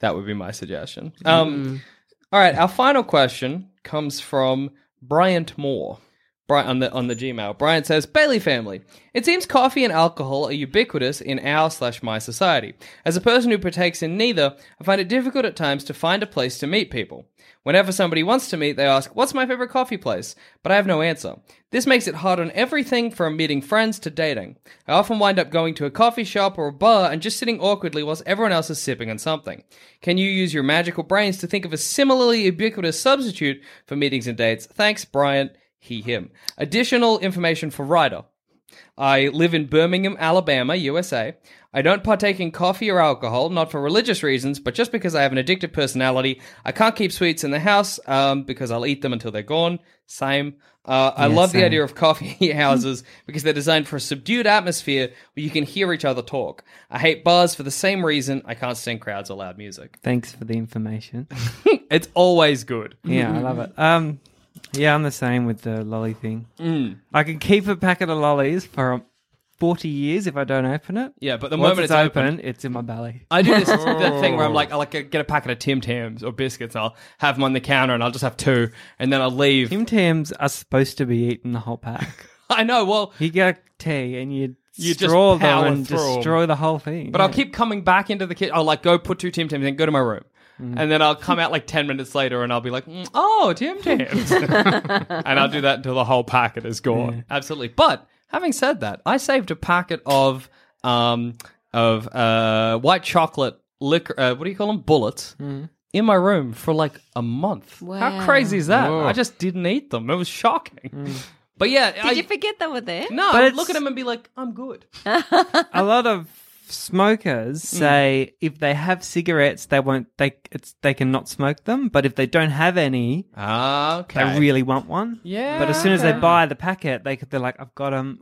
Speaker 3: That would be my suggestion.
Speaker 6: Mm-hmm.
Speaker 3: Um, All right, our final question comes from Bryant Moore. Bri- on the on the Gmail, Bryant says, "Bailey family, it seems coffee and alcohol are ubiquitous in our slash my society. As a person who partakes in neither, I find it difficult at times to find a place to meet people. Whenever somebody wants to meet, they ask, "What's my favorite coffee place?" But I have no answer. This makes it hard on everything from meeting friends to dating. I often wind up going to a coffee shop or a bar and just sitting awkwardly whilst everyone else is sipping on something. Can you use your magical brains to think of a similarly ubiquitous substitute for meetings and dates? Thanks, Bryant. He, him. Additional information for Ryder. I live in Birmingham, Alabama, USA. I don't partake in coffee or alcohol, not for religious reasons, but just because I have an addictive personality. I can't keep sweets in the house um, because I'll eat them until they're gone. Same. Uh, I love the idea of coffee houses because they're designed for a subdued atmosphere where you can hear each other talk. I hate bars for the same reason I can't stand crowds or loud music.
Speaker 6: Thanks for the information.
Speaker 3: It's always good.
Speaker 6: Yeah, I love it. Um, yeah, I'm the same with the lolly thing.
Speaker 3: Mm.
Speaker 6: I can keep a packet of lollies for um, 40 years if I don't open it.
Speaker 3: Yeah, but the
Speaker 6: Once
Speaker 3: moment it's open,
Speaker 6: it's in my belly.
Speaker 3: I do this that thing where I'm like, I like get a packet of Tim Tams or biscuits, and I'll have them on the counter, and I'll just have two, and then I'll leave.
Speaker 6: Tim Tams are supposed to be eating the whole pack.
Speaker 3: I know, well,
Speaker 6: you get tea and you,
Speaker 3: You just
Speaker 6: straw them
Speaker 3: power
Speaker 6: and
Speaker 3: through 'em.
Speaker 6: destroy the whole thing.
Speaker 3: but I'll keep coming back into the kitchen. I'll like go put two Tim Tams and go to my room,
Speaker 6: Mm-hmm.
Speaker 3: and then I'll come out like ten minutes later, and I'll be like, "Mm, oh, Tim Tams, and I'll do that until the whole packet is gone. Absolutely. But having said that, I saved a packet of um of uh white chocolate liquor. Uh, what do you call them? Bullets.
Speaker 6: Mm-hmm.
Speaker 3: In my room for like a month. How
Speaker 4: Wow.
Speaker 3: crazy is that? I just didn't eat them. It was shocking. But yeah, I,
Speaker 4: Did you forget they were there?
Speaker 3: no,
Speaker 6: Mm. But
Speaker 3: I'd
Speaker 6: it's-
Speaker 3: look at them and be like, I'm good.
Speaker 6: a lot of smokers
Speaker 3: Mm.
Speaker 6: say if they have cigarettes, they won't. They it's they cannot smoke them. But if they don't have any,
Speaker 3: Okay.
Speaker 6: they really want one.
Speaker 3: Yeah,
Speaker 6: But as soon as they
Speaker 3: okay.
Speaker 6: buy the packet, they could- they're like, I've got them.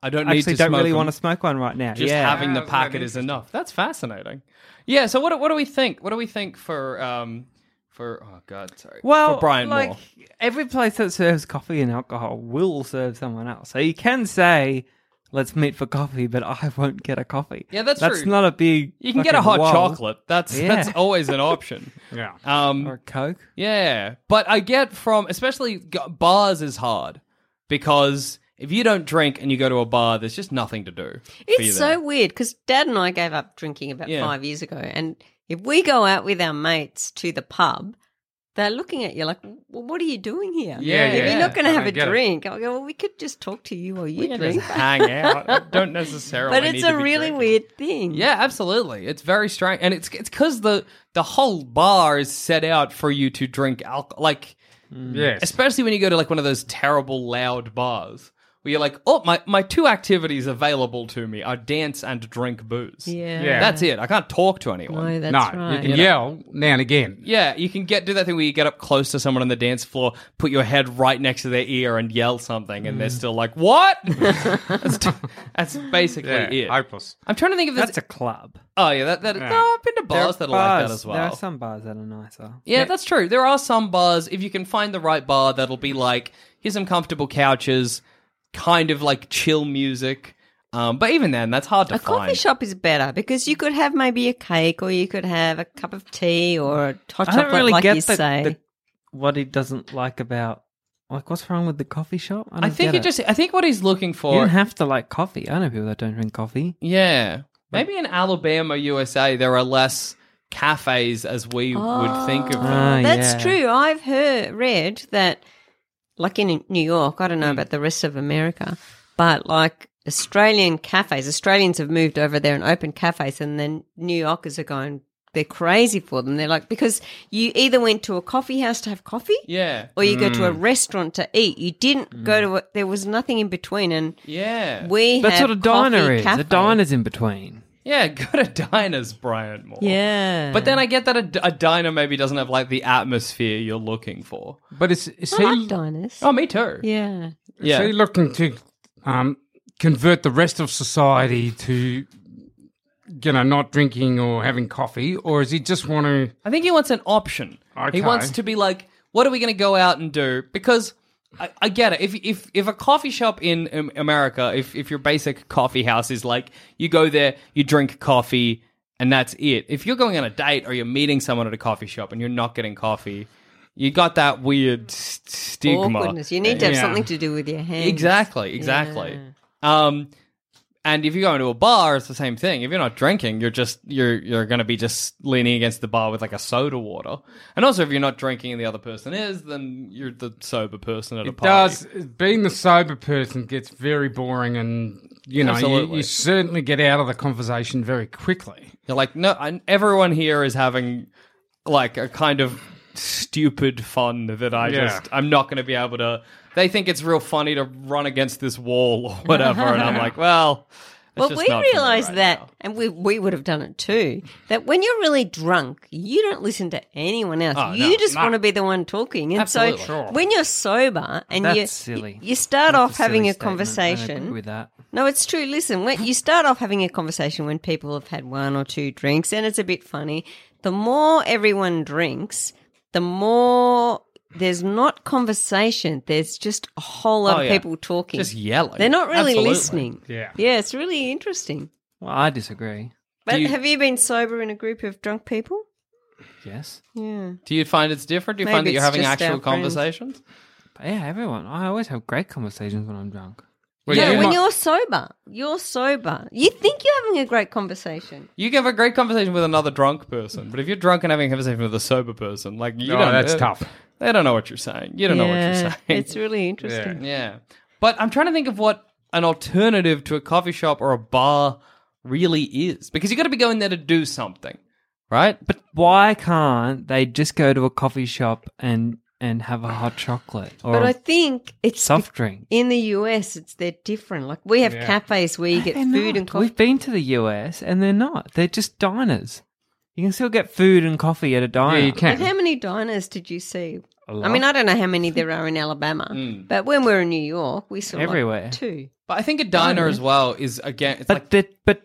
Speaker 3: I don't need
Speaker 6: Actually,
Speaker 3: to
Speaker 6: don't
Speaker 3: smoke
Speaker 6: really
Speaker 3: them.
Speaker 6: want to smoke one right now.
Speaker 3: Just
Speaker 6: yeah.
Speaker 3: having the packet is enough. That's fascinating. Yeah. So what do- what do we think? What do we think for um for oh god sorry
Speaker 6: well,
Speaker 3: for Brian
Speaker 6: like
Speaker 3: Moore?
Speaker 6: every place that serves coffee and alcohol will serve someone else. So you can say. Let's meet for coffee, but I won't get a coffee.
Speaker 3: Yeah, that's
Speaker 6: that's
Speaker 3: true.
Speaker 6: not a big.
Speaker 3: You can get a hot
Speaker 6: fucking wall.
Speaker 3: chocolate. That's
Speaker 6: Yeah.
Speaker 3: that's always an option.
Speaker 5: Yeah.
Speaker 3: Um.
Speaker 6: or a coke.
Speaker 3: Yeah, but I get from especially g- bars is hard because if you don't drink and you go to a bar, there's just nothing to do. for you
Speaker 4: It's
Speaker 3: there.
Speaker 4: so weird because Dad and I gave up drinking about
Speaker 3: Yeah.
Speaker 4: five years ago, and if we go out with our mates to the pub, they're looking at you like, "Well, what are you doing here?
Speaker 3: Yeah,
Speaker 4: If
Speaker 3: yeah.
Speaker 4: you're not going to have
Speaker 5: I
Speaker 4: a
Speaker 5: get it.
Speaker 4: drink." I go, "Well, we could just talk to you while you
Speaker 3: You
Speaker 4: drink."
Speaker 3: just hang out. I Don't necessarily.
Speaker 4: But it's
Speaker 3: need to
Speaker 4: a
Speaker 3: be
Speaker 4: really
Speaker 3: drinking.
Speaker 4: weird thing.
Speaker 3: Yeah, absolutely. It's very strange, and it's it's because the the whole bar is set out for you to drink alcohol. Like,
Speaker 5: Yes.
Speaker 3: especially when you go to like one of those terrible loud bars where you're like, oh, my my two activities available to me are dance and drink booze.
Speaker 4: yeah,
Speaker 5: Yeah.
Speaker 3: that's it. I can't talk to anyone.
Speaker 4: No, that's
Speaker 5: No, you
Speaker 4: right.
Speaker 5: can yell now and again.
Speaker 3: Yeah, you can get do that thing where you get up close to someone on the dance floor, put your head right next to their ear, and yell something, and they're still like, "What?" that's, that's basically it.
Speaker 5: hopeless.
Speaker 3: I'm trying to think if there's
Speaker 6: That's a club.
Speaker 3: Oh yeah, that, that no, I've been to
Speaker 6: There
Speaker 3: bars
Speaker 6: are
Speaker 3: that are like
Speaker 6: bars-
Speaker 3: that as well.
Speaker 6: There are some bars that are nicer.
Speaker 3: yeah, that's true. There are some bars if you can find the right bar that'll be like here's some comfortable couches, kind of like chill music. Um, but even then, that's hard to
Speaker 4: A
Speaker 3: find.
Speaker 4: coffee shop is better because you could have maybe a cake or you could have a cup of tea or a hot
Speaker 6: I
Speaker 4: chocolate,
Speaker 6: don't really
Speaker 4: like
Speaker 6: get
Speaker 4: you
Speaker 6: the,
Speaker 4: say.
Speaker 6: the- what he doesn't like about like what's wrong with the coffee shop. I, don't
Speaker 3: I think
Speaker 6: get
Speaker 3: it just. I think what he's looking
Speaker 6: you
Speaker 3: for.
Speaker 6: don't have to like coffee. I know people that don't drink coffee.
Speaker 3: yeah, maybe in Alabama, USA, there are less cafes as we would think of them.
Speaker 6: Ah,
Speaker 4: That's
Speaker 6: yeah.
Speaker 4: true. I've heard read that, like in New York, I
Speaker 6: Hmm.
Speaker 4: don't know about the rest of America, but like Australian cafes, Australians have moved over there and opened cafes, and then New Yorkers are going they're crazy for them. They're like because you either went to a coffee house to have coffee,
Speaker 3: Yeah.
Speaker 4: or you go to a
Speaker 6: Hmm.
Speaker 3: Mm.
Speaker 4: restaurant to eat. You didn't go to a, there was nothing in between, and
Speaker 3: Yeah.
Speaker 4: we
Speaker 6: That's
Speaker 4: have
Speaker 6: what a diner
Speaker 4: coffee
Speaker 6: is.
Speaker 4: cafe.
Speaker 6: A diner's in between.
Speaker 3: Yeah, go to diners, Brian Moore.
Speaker 4: Yeah.
Speaker 3: But then I get that a, a diner maybe doesn't have like the atmosphere you're looking for.
Speaker 5: But it's, is
Speaker 4: I
Speaker 5: he,
Speaker 4: like diners.
Speaker 3: Oh, me too.
Speaker 4: Yeah.
Speaker 5: is
Speaker 3: Yeah.
Speaker 5: he looking to um, convert the rest of society to, you know, not drinking or having coffee, or is he just want to?
Speaker 3: I think he wants an option.
Speaker 5: Okay.
Speaker 3: He wants to be like, what are we going to go out and do? Because I, I get it. If if if a coffee shop in um, America, if if your basic coffee house is like you go there, you drink coffee, and that's it. If you're going on a date or you're meeting someone at a coffee shop and you're not getting coffee, you got that weird s- stigma.
Speaker 4: Awkwardness. You need to have
Speaker 3: Yeah.
Speaker 4: something to do with your hands.
Speaker 3: Exactly, exactly. Um, and if you go into a bar, it's the same thing. If you're not drinking, you're just you're you're going to be just leaning against the bar with like a soda water. And also, if you're not drinking and the other person is, then you're the sober person at a
Speaker 5: It
Speaker 3: party.
Speaker 5: does. Being the sober person gets very boring, and you know, you,
Speaker 3: Absolutely.
Speaker 5: you certainly get out of the conversation very quickly.
Speaker 3: You're like, no, and everyone here is having like a kind of stupid fun that I
Speaker 5: Yeah.
Speaker 3: just I'm not going to be able to. They think it's real funny to run against this wall or whatever, and I'm like, well, it's
Speaker 4: Well,
Speaker 3: just
Speaker 4: we
Speaker 3: not for me
Speaker 4: realise
Speaker 3: right
Speaker 4: that, and we we would have done it too. That when you're really drunk, you don't listen to anyone else.
Speaker 3: Oh,
Speaker 4: you
Speaker 3: no,
Speaker 4: just
Speaker 3: no.
Speaker 4: want to be the one talking. And
Speaker 3: Absolutely.
Speaker 4: so,
Speaker 3: Sure.
Speaker 4: when you're sober and you
Speaker 6: That's silly.
Speaker 4: you start
Speaker 6: That's
Speaker 4: off
Speaker 6: a silly
Speaker 4: having a
Speaker 6: statement. I don't agree
Speaker 4: conversation
Speaker 6: with that.
Speaker 4: No, it's true. Listen, when you start off having a conversation when people have had one or two drinks, and it's a bit funny. The more everyone drinks, the more there's not conversation. There's just a whole lot
Speaker 3: Oh,
Speaker 4: of
Speaker 3: yeah.
Speaker 4: people talking.
Speaker 3: Just yelling.
Speaker 4: They're not really
Speaker 3: Absolutely.
Speaker 4: listening.
Speaker 5: Yeah.
Speaker 4: Yeah, it's really interesting.
Speaker 6: Well, I disagree.
Speaker 4: But
Speaker 3: you-
Speaker 4: have you been sober in a group of drunk people?
Speaker 6: Yes.
Speaker 4: Yeah.
Speaker 3: Do you find it's different? Do you
Speaker 4: Maybe
Speaker 3: find that you're
Speaker 4: it's
Speaker 3: having
Speaker 4: just our
Speaker 3: actual
Speaker 4: friends.
Speaker 3: conversations?
Speaker 6: But yeah, everyone. I always have great conversations when I'm drunk.
Speaker 5: Well,
Speaker 4: no,
Speaker 5: you
Speaker 4: when
Speaker 5: might-
Speaker 4: you're sober, you're sober. You think you're having a great conversation.
Speaker 3: You can have a great conversation with another drunk person, but if you're drunk and having a conversation with a sober person, like you
Speaker 5: Oh,
Speaker 3: don't,
Speaker 5: that's
Speaker 3: they-
Speaker 5: tough.
Speaker 3: They don't know what you're saying. You don't know what
Speaker 4: Yeah,
Speaker 3: you're saying.
Speaker 4: It's really interesting.
Speaker 3: yeah, but I'm trying to think of what an alternative to a coffee shop or a bar really is, because you got to be going there to do something, right?
Speaker 6: But why can't they just go to a coffee shop and and have a hot chocolate or
Speaker 4: But I
Speaker 6: a
Speaker 4: think it's
Speaker 6: soft drink?
Speaker 4: In the US, it's they're different. Like we have
Speaker 5: Yeah.
Speaker 4: cafes where you get
Speaker 6: They're
Speaker 4: food
Speaker 6: not.
Speaker 4: and coffee.
Speaker 6: We've been to the US and they're not. They're just diners. You can still get food and coffee at a diner.
Speaker 5: Yeah, you
Speaker 4: Like,
Speaker 5: can.
Speaker 4: how many diners did you see?
Speaker 6: A
Speaker 4: I
Speaker 6: lot.
Speaker 4: mean, I don't know how many there are in Alabama,
Speaker 3: Hmm.
Speaker 4: but when we were in New York, we saw like,
Speaker 6: Everywhere.
Speaker 4: two.
Speaker 3: But I think a diner as well is again, it's
Speaker 6: But
Speaker 3: like
Speaker 6: they're, but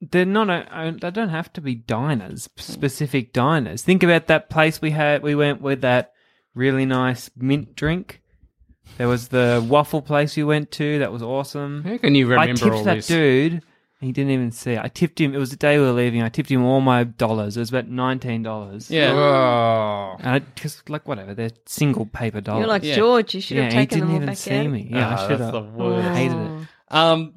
Speaker 6: they're not. A, they don't have to be diners.
Speaker 4: Hmm.
Speaker 6: Specific diners. Think about that place we had. We went with that really nice mint drink. There was the waffle place we went to. That was awesome.
Speaker 5: How can you
Speaker 6: I
Speaker 5: remember
Speaker 6: tipped
Speaker 5: all
Speaker 6: that
Speaker 5: this?
Speaker 6: dude. and He didn't even see. I tipped him. It was the day we were leaving. I tipped him all my dollars. It was about nineteen dollars.
Speaker 3: yeah.
Speaker 5: Oh,
Speaker 6: And I just like whatever. They're single paper dollars.
Speaker 4: You're like
Speaker 3: Yeah.
Speaker 4: George. You should
Speaker 6: Oh, yeah,
Speaker 4: have
Speaker 6: he
Speaker 4: taken
Speaker 6: didn't
Speaker 4: them all
Speaker 6: even
Speaker 4: back
Speaker 6: see
Speaker 4: out.
Speaker 6: me. Yeah,
Speaker 3: Ah,
Speaker 6: I should
Speaker 3: that's
Speaker 6: have.
Speaker 3: the worst.
Speaker 6: I hated it.
Speaker 3: Um,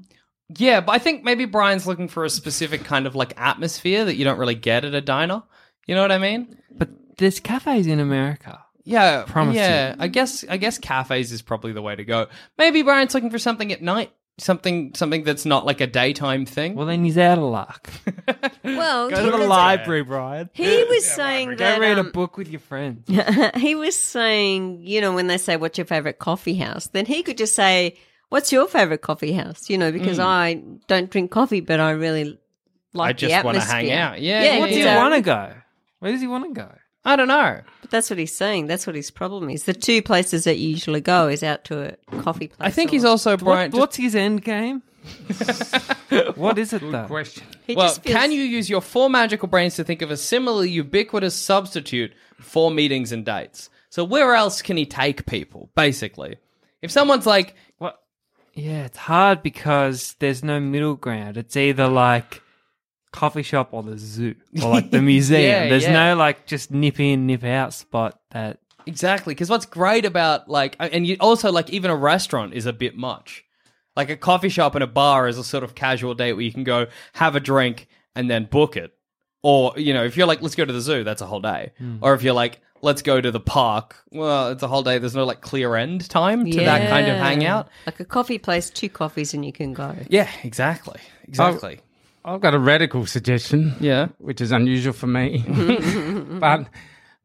Speaker 3: yeah, but I think maybe Brian's looking for a specific kind of like atmosphere that you don't really get at a diner. You know what I mean?
Speaker 6: But there's cafes in America.
Speaker 3: Yeah,
Speaker 6: Promise you.
Speaker 3: Yeah, I guess I guess cafes is probably the way to go. Maybe Brian's looking for something at night, something something that's not like a daytime thing.
Speaker 6: Well, then he's out of luck.
Speaker 4: Well,
Speaker 3: Go to the
Speaker 4: because
Speaker 3: library,
Speaker 6: Brian.
Speaker 4: he was saying
Speaker 6: Go
Speaker 4: that
Speaker 6: read a
Speaker 4: um,
Speaker 6: book with your friends.
Speaker 4: he was saying, you know, when they say, what's your favorite coffee house? Then he could just say, what's your favorite coffee house? You know, because I don't drink coffee, but I really
Speaker 3: Mm.
Speaker 4: like
Speaker 3: I just
Speaker 4: the
Speaker 3: wanna
Speaker 4: atmosphere.
Speaker 3: hang out. Yeah, yeah,
Speaker 4: yeah.
Speaker 6: Where do you
Speaker 3: yeah.
Speaker 6: want to go? Where does he want to go?
Speaker 3: I don't know.
Speaker 4: But that's what he's saying. That's what his problem is. The two places that you usually go is out to a coffee place.
Speaker 3: I think
Speaker 4: or-
Speaker 3: he's also Brian.
Speaker 6: What,
Speaker 3: just-
Speaker 6: what's his end game? what is it though?
Speaker 5: question.
Speaker 4: He
Speaker 3: well,
Speaker 4: just feels-
Speaker 3: can you use your four magical brains to think of a similarly ubiquitous substitute for meetings and dates? So where else can he take people? Basically, if someone's like,
Speaker 6: What? Yeah, it's hard because there's no middle ground. It's either like coffee shop or the zoo or like the museum.
Speaker 3: Yeah,
Speaker 6: there's
Speaker 3: yeah.
Speaker 6: no like just nip in, nip out spot that
Speaker 3: Exactly, because what's great about like, and you also like even a restaurant is a bit much. Like a coffee shop and a bar is a sort of casual date where you can go have a drink and then book it. Or you know, if you're like, let's go to the zoo, that's a whole day.
Speaker 5: Hmm.
Speaker 3: Or if you're like, let's go to the park, well, it's a whole day. There's no like clear end time to that kind of
Speaker 4: Yeah.
Speaker 3: hangout.
Speaker 4: Like a coffee place, two coffees, and you can go.
Speaker 3: Yeah, exactly, exactly.
Speaker 5: I've got a radical suggestion.
Speaker 3: Yeah.
Speaker 5: Which is unusual for me. but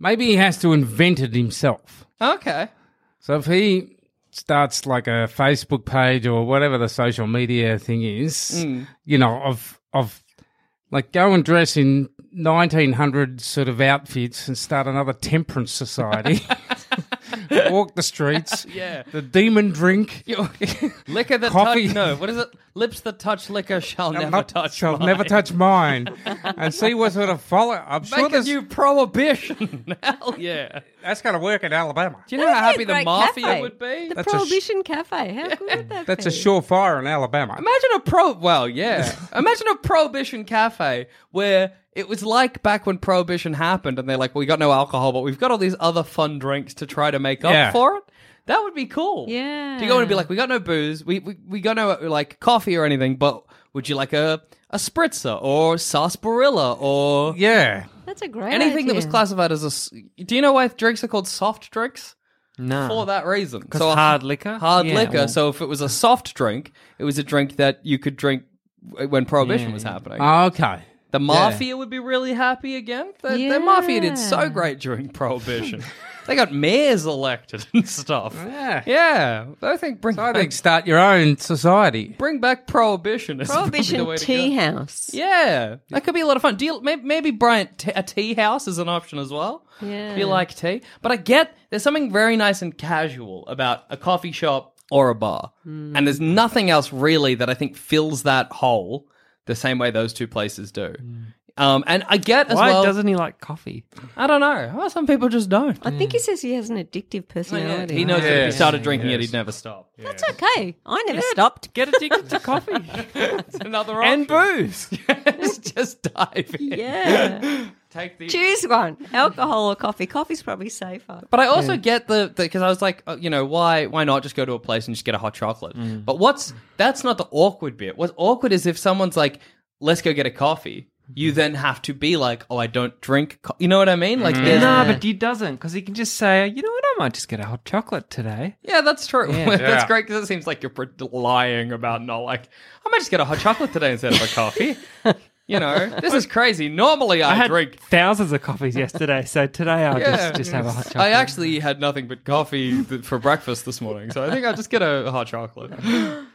Speaker 5: maybe he has to invent it himself.
Speaker 3: Okay.
Speaker 5: So if he starts like a Facebook page or whatever the social media thing is,
Speaker 3: Mm.
Speaker 5: you know, of of like go and dress in 1900 sort of outfits and start another temperance society. Walk the streets.
Speaker 3: Yeah.
Speaker 5: The demon drink.
Speaker 3: Liquor that
Speaker 5: Coffee.
Speaker 3: touch no. What is it? Lips that touch liquor shall never
Speaker 5: not-
Speaker 3: touch.
Speaker 5: shall
Speaker 3: mine.
Speaker 5: never touch mine. and see what sort of follow. I'm sure
Speaker 3: Make a
Speaker 5: there's
Speaker 3: new prohibition. Hell yeah.
Speaker 5: That's going to work in Alabama.
Speaker 3: Do you know how happy the
Speaker 4: Great
Speaker 3: mafia
Speaker 4: cafe.
Speaker 3: would be?
Speaker 4: The
Speaker 5: That's a sh-
Speaker 4: Prohibition Cafe. How good would that
Speaker 5: That's
Speaker 4: be?
Speaker 5: a surefire in Alabama.
Speaker 3: Imagine a pro. Well, yeah. Imagine a prohibition cafe where it was like back when prohibition happened, and they're like, "Well, we got no alcohol, but we've got all these other fun drinks to try to make up
Speaker 5: Yeah.
Speaker 3: for it." That would be cool.
Speaker 4: Yeah.
Speaker 3: Do you go in and be like, "We got no booze, we we, we got no uh, like coffee or anything, but would you like a a spritzer or sarsaparilla or
Speaker 5: Yeah.
Speaker 4: That's a great
Speaker 3: anything that was
Speaker 4: idea.
Speaker 3: classified as a?" s- Do you know why drinks are called soft drinks?
Speaker 6: No.
Speaker 3: for that reason.
Speaker 6: Ah. 'Cause
Speaker 3: a
Speaker 6: hard liquor?
Speaker 3: Hard
Speaker 6: Yeah,
Speaker 3: liquor.
Speaker 6: well-
Speaker 3: So if it was a soft drink, it was a drink that you could drink w- when prohibition was happening.
Speaker 5: Oh, okay.
Speaker 3: the mafia would be really happy again. The, the mafia did so
Speaker 4: Yeah.
Speaker 3: great during prohibition. they got mayors elected and stuff.
Speaker 5: Yeah.
Speaker 3: Yeah. I think bring
Speaker 5: I
Speaker 3: back,
Speaker 5: think start your own society.
Speaker 3: bring back prohibition. Is probably the
Speaker 4: Prohibition
Speaker 3: way to
Speaker 4: Tea
Speaker 3: go.
Speaker 4: House.
Speaker 3: Yeah, that could be a lot of fun. Do you, maybe, maybe Bryant t- a tea house is an option as well.
Speaker 4: Yeah.
Speaker 3: if you like tea. But I get there's something very nice and casual about a coffee shop or a bar, and there's nothing else really that I think fills that hole the same way those two places do. Um, and I get as
Speaker 6: Why
Speaker 3: well.
Speaker 6: doesn't he like coffee?
Speaker 3: I don't know. Well, some people just don't.
Speaker 4: I think he says he has an addictive
Speaker 3: Oh, Yeah,
Speaker 4: personality.
Speaker 3: He knows that if he
Speaker 5: Yes.
Speaker 3: started drinking it, he'd never stop.
Speaker 4: That's okay. I never stopped.
Speaker 6: Get addicted to coffee
Speaker 3: It's another
Speaker 6: and
Speaker 3: option.
Speaker 6: booze.
Speaker 3: just dive in.
Speaker 4: Yeah.
Speaker 3: Take the
Speaker 4: Choose one. Alcohol or coffee. Coffee's probably safer.
Speaker 3: But I also get the because I was like, uh, you know, why why not just go to a place and just get a hot chocolate? But what's that's not the awkward bit. What's awkward is if someone's like, let's go get a coffee. You then have to be like, oh, I don't drink. Co-. You know what I mean? Like, there's-
Speaker 6: No, but he doesn't because he can just say, you know what, I might just get a hot chocolate today.
Speaker 3: yeah, that's true. that's
Speaker 5: Yeah.
Speaker 3: great because it seems like you're pre- lying about not like I might just get a hot chocolate today instead of a coffee. You know, this is crazy. Normally, I,
Speaker 6: I had
Speaker 3: drink.
Speaker 6: thousands of coffees yesterday, so today I'll
Speaker 3: Yeah.
Speaker 6: just, just have a hot chocolate.
Speaker 3: I actually had nothing but coffee th- for breakfast this morning, so I think I'll just get a hot chocolate.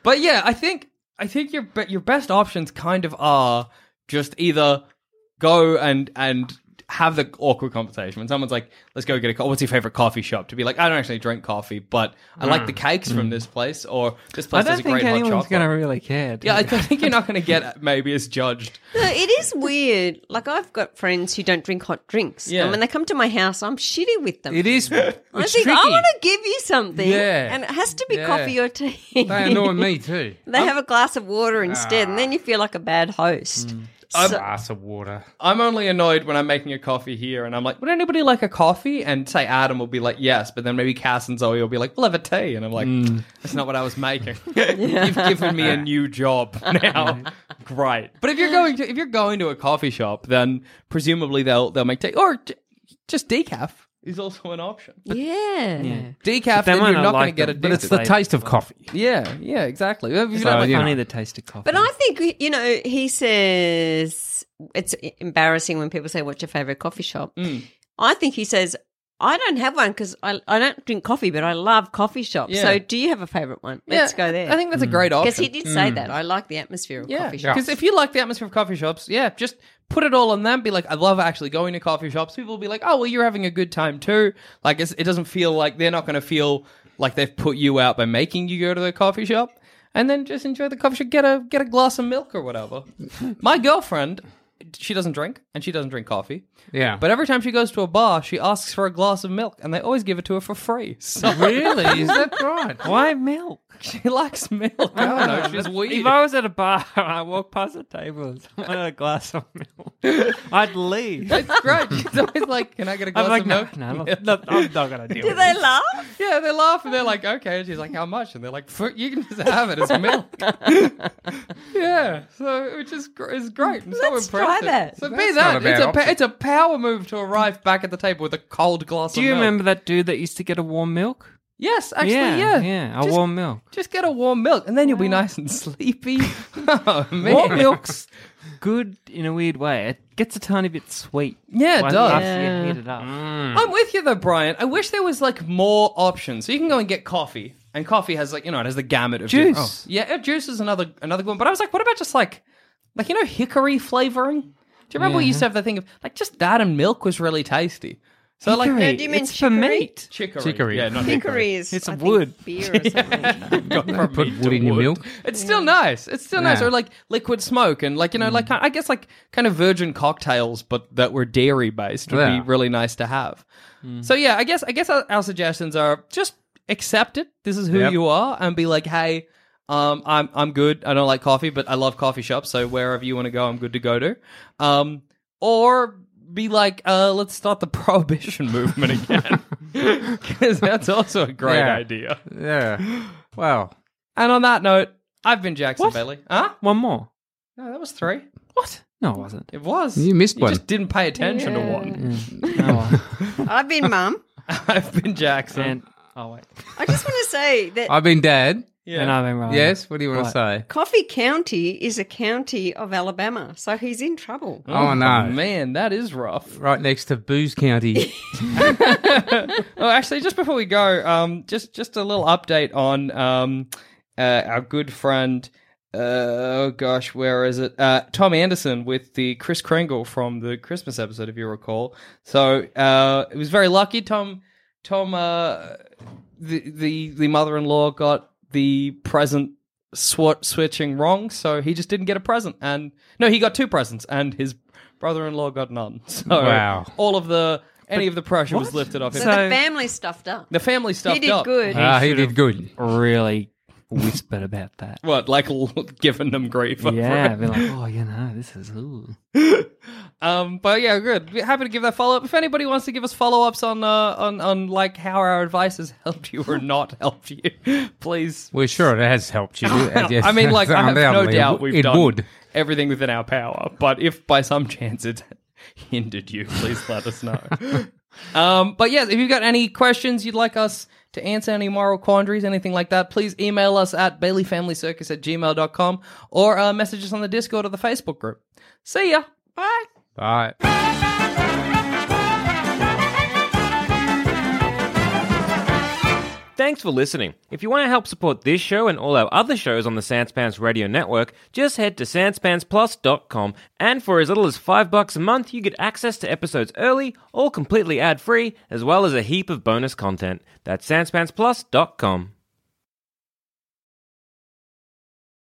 Speaker 3: But yeah, I think I think your be- your best options kind of are just either go and and have the awkward conversation when someone's like, "Let's go get a co- what's your favorite coffee shop?" To be like, "I don't actually drink coffee, but I like the cakes from this place," or "This
Speaker 6: Hmm.
Speaker 3: place
Speaker 6: I don't
Speaker 3: has a
Speaker 6: think
Speaker 3: great hot
Speaker 6: anyone's
Speaker 3: chocolate."
Speaker 6: going to really care. do
Speaker 3: yeah, I
Speaker 6: they?
Speaker 3: think you're not going to get maybe as judged.
Speaker 4: No, it is weird. Like I've got friends who don't drink hot drinks,
Speaker 3: Yeah.
Speaker 4: and when they come to my house, I'm shitty with them.
Speaker 5: It is.
Speaker 4: I
Speaker 5: It's
Speaker 4: think
Speaker 5: tricky.
Speaker 4: I want to give you something,
Speaker 5: Yeah.
Speaker 4: and it has to be
Speaker 5: Yeah.
Speaker 4: coffee or tea.
Speaker 5: They annoy me too.
Speaker 4: They have a glass of water instead, and
Speaker 3: Ah.
Speaker 4: then you feel like a bad host.
Speaker 3: Mm.
Speaker 5: I'm glass of water.
Speaker 3: I'm only annoyed when I'm making a coffee here and I'm like, would anybody like a coffee? And say Adam will be like, yes, but then maybe Cass and Zoe will be like, we'll have a tea. And I'm like, that's not what I was making. You've given me a new job now. Great. But if you're going to if you're going to a coffee shop, then presumably they'll they'll make tea. Or j- just decaf is also an option.
Speaker 4: yeah.
Speaker 3: Decaf,
Speaker 6: they
Speaker 3: then
Speaker 6: might
Speaker 3: you're
Speaker 6: not
Speaker 3: not going
Speaker 6: like
Speaker 3: to get
Speaker 6: them,
Speaker 3: addicted.
Speaker 5: But it's the taste of coffee.
Speaker 3: yeah, yeah, exactly. If you
Speaker 6: It's
Speaker 3: don't
Speaker 6: like
Speaker 3: like-
Speaker 6: funny the taste of coffee.
Speaker 4: But I think you know, he says it's embarrassing when people say, "What's your favorite coffee shop?"
Speaker 3: Mm.
Speaker 4: I think he says, "I don't have one because I, I don't drink coffee, but I love coffee shops.
Speaker 3: Yeah.
Speaker 4: So, do you have a favorite one? Let's
Speaker 3: Yeah,
Speaker 4: go there."
Speaker 3: I think that's a great option.
Speaker 4: because he did say that. I like the atmosphere of
Speaker 3: Mm. Yeah,
Speaker 4: coffee shops.
Speaker 3: because if you like the atmosphere of coffee shops, yeah, just put it all on them. Be like, I love actually going to coffee shops. People will be like, oh, well, you're having a good time too. Like, it's, it doesn't feel like they're not going to feel like they've put you out by making you go to the coffee shop. And then just enjoy the coffee shop. Get a get a glass of milk or whatever. My girlfriend, she doesn't drink and she doesn't drink coffee.
Speaker 5: Yeah.
Speaker 3: But every time she goes to a bar, she asks for a glass of milk, and they always give it to her for free. So
Speaker 5: really? Is that right?
Speaker 6: Why milk?
Speaker 3: she likes milk. I don't know. She's weird.
Speaker 6: If I was at a bar and I walked past a table and someone had a glass of milk, I'd leave. I'm
Speaker 3: It's great. She's always like, "Can I get a glass
Speaker 6: like,
Speaker 3: of
Speaker 6: no,
Speaker 3: milk?"
Speaker 6: no, no, no, I'm not going to deal
Speaker 4: do
Speaker 6: with
Speaker 4: they
Speaker 6: it.
Speaker 4: laugh?
Speaker 3: Yeah, they laugh and they're like, "Okay." And she's like, "How much?" And they're like, "Fruit, you can just have it. It's milk." yeah, so which is gr- is great. I'm so
Speaker 4: Let's
Speaker 3: impressed.
Speaker 4: try that.
Speaker 3: So be
Speaker 5: That's
Speaker 3: that.
Speaker 5: not a bad
Speaker 3: it's a pa-
Speaker 5: option.
Speaker 3: it's a power move to arrive back at the table with a cold glass.
Speaker 6: Do
Speaker 3: of
Speaker 6: you
Speaker 3: milk.
Speaker 6: remember that dude that used to get a warm milk?
Speaker 3: Yes, actually,
Speaker 6: yeah,
Speaker 3: yeah,
Speaker 6: yeah, a
Speaker 3: Just-
Speaker 6: warm milk.
Speaker 3: Just get a warm milk, and then you'll be nice and sleepy. oh, man.
Speaker 6: Warm milk's good in a weird way. It gets a tiny bit sweet.
Speaker 3: Yeah, it
Speaker 6: once
Speaker 3: does.
Speaker 6: after
Speaker 3: Yeah.
Speaker 6: you heat it up.
Speaker 3: I'm with you though, Brian. I wish there was like more options. So you can go and get coffee, and coffee has like you know it has the gamut of different-
Speaker 6: Juice.
Speaker 3: Oh, yeah, uh, juice is another another good one. But I was like, what about just like like you know hickory flavoring? Do you remember we used to have the thing of like just that and milk was really tasty. So like,
Speaker 6: Hickory.
Speaker 3: eh,
Speaker 6: Do you mean It's for chicory? meat.
Speaker 3: Chicory.
Speaker 6: Chicory.
Speaker 3: Yeah, not
Speaker 6: Chicory
Speaker 3: hickory.
Speaker 6: is, It's I think, wood.
Speaker 4: beer or
Speaker 3: something.
Speaker 5: Put wood in your milk?
Speaker 3: It's still nice. It's still nice.
Speaker 5: Yeah. Mm.
Speaker 3: Or like liquid smoke and like you know like I guess like kind of virgin cocktails, but that were dairy based would
Speaker 5: Yeah.
Speaker 3: be really nice to have. So yeah, I guess I guess our, our suggestions are just accept it. This is who
Speaker 5: Yep.
Speaker 3: you are, and be like, hey, um, I'm I'm good. I don't like coffee, but I love coffee shops. So wherever you want to go, I'm good to go to. Um, or be like, uh, let's start the prohibition movement again, because that's also a great
Speaker 5: Yeah.
Speaker 3: idea.
Speaker 5: Yeah. Wow.
Speaker 3: And on that note, I've been Jackson
Speaker 6: What?
Speaker 3: Bailey. Huh?
Speaker 6: One more.
Speaker 3: No, that was three.
Speaker 6: What? No, it wasn't.
Speaker 3: It was.
Speaker 5: You missed
Speaker 3: You
Speaker 5: one.
Speaker 3: just didn't pay attention to
Speaker 4: Yeah.
Speaker 3: one.
Speaker 4: I've been mum.
Speaker 3: I've been Jackson.
Speaker 6: And oh wait.
Speaker 4: I just want to say that
Speaker 5: I've been dad.
Speaker 3: Yeah.
Speaker 6: And I've been right.
Speaker 5: Yes. What do you want to say?
Speaker 4: Coffee County is a county of Alabama, so he's in trouble.
Speaker 5: Oh, no.
Speaker 3: man, that is rough.
Speaker 5: Right next to Booze County.
Speaker 3: Oh, actually, just before we go, um, just just a little update on um, uh, our good friend. Uh, oh gosh, where is it? Uh, Tom Anderson with the Chris Kringle from the Christmas episode, if you recall. So uh, it was very lucky. Tom, Tom, uh, the the the mother-in-law got the present swat switching wrong, so he just didn't get a present. And no, he got two presents, and his brother-in-law got none. So
Speaker 5: Wow.
Speaker 3: all of the any of the pressure was lifted off him.
Speaker 4: So, the family stuffed up.
Speaker 3: The family stuffed
Speaker 4: He did
Speaker 3: up.
Speaker 4: good.
Speaker 5: Ah, he did good.
Speaker 6: Really whispered about that.
Speaker 3: What, like l- giving them grief? over
Speaker 6: Yeah,
Speaker 3: it?
Speaker 6: be like, oh, you know, this is ooh.
Speaker 3: Um, but yeah, good. We're Happy to give that follow up. If anybody wants to give us follow ups on, uh, on, on like how our advice has helped you or not helped you, please.
Speaker 5: Well, sure, it has helped you. Yes,
Speaker 3: I mean, like, I have no
Speaker 5: undoubtedly, it
Speaker 3: doubt
Speaker 5: w-
Speaker 3: we've
Speaker 5: it
Speaker 3: done
Speaker 5: would.
Speaker 3: everything within our power. But if by some chance it hindered you, please let us know. um, but yes, if you've got any questions you'd like us to answer, any moral quandaries, anything like that, please email us at baileyfamilycircus at gmail.com or uh, message us on the Discord or the Facebook group. See ya. Bye.
Speaker 5: Right.
Speaker 8: Thanks for listening. If you want to help support this show and all our other shows on the Sanspants Radio Network, just head to sanspantsplus.com and for as little as 5 bucks a month, you get access to episodes early, all completely ad-free, as well as a heap of bonus content. That's sanspantsplus.com.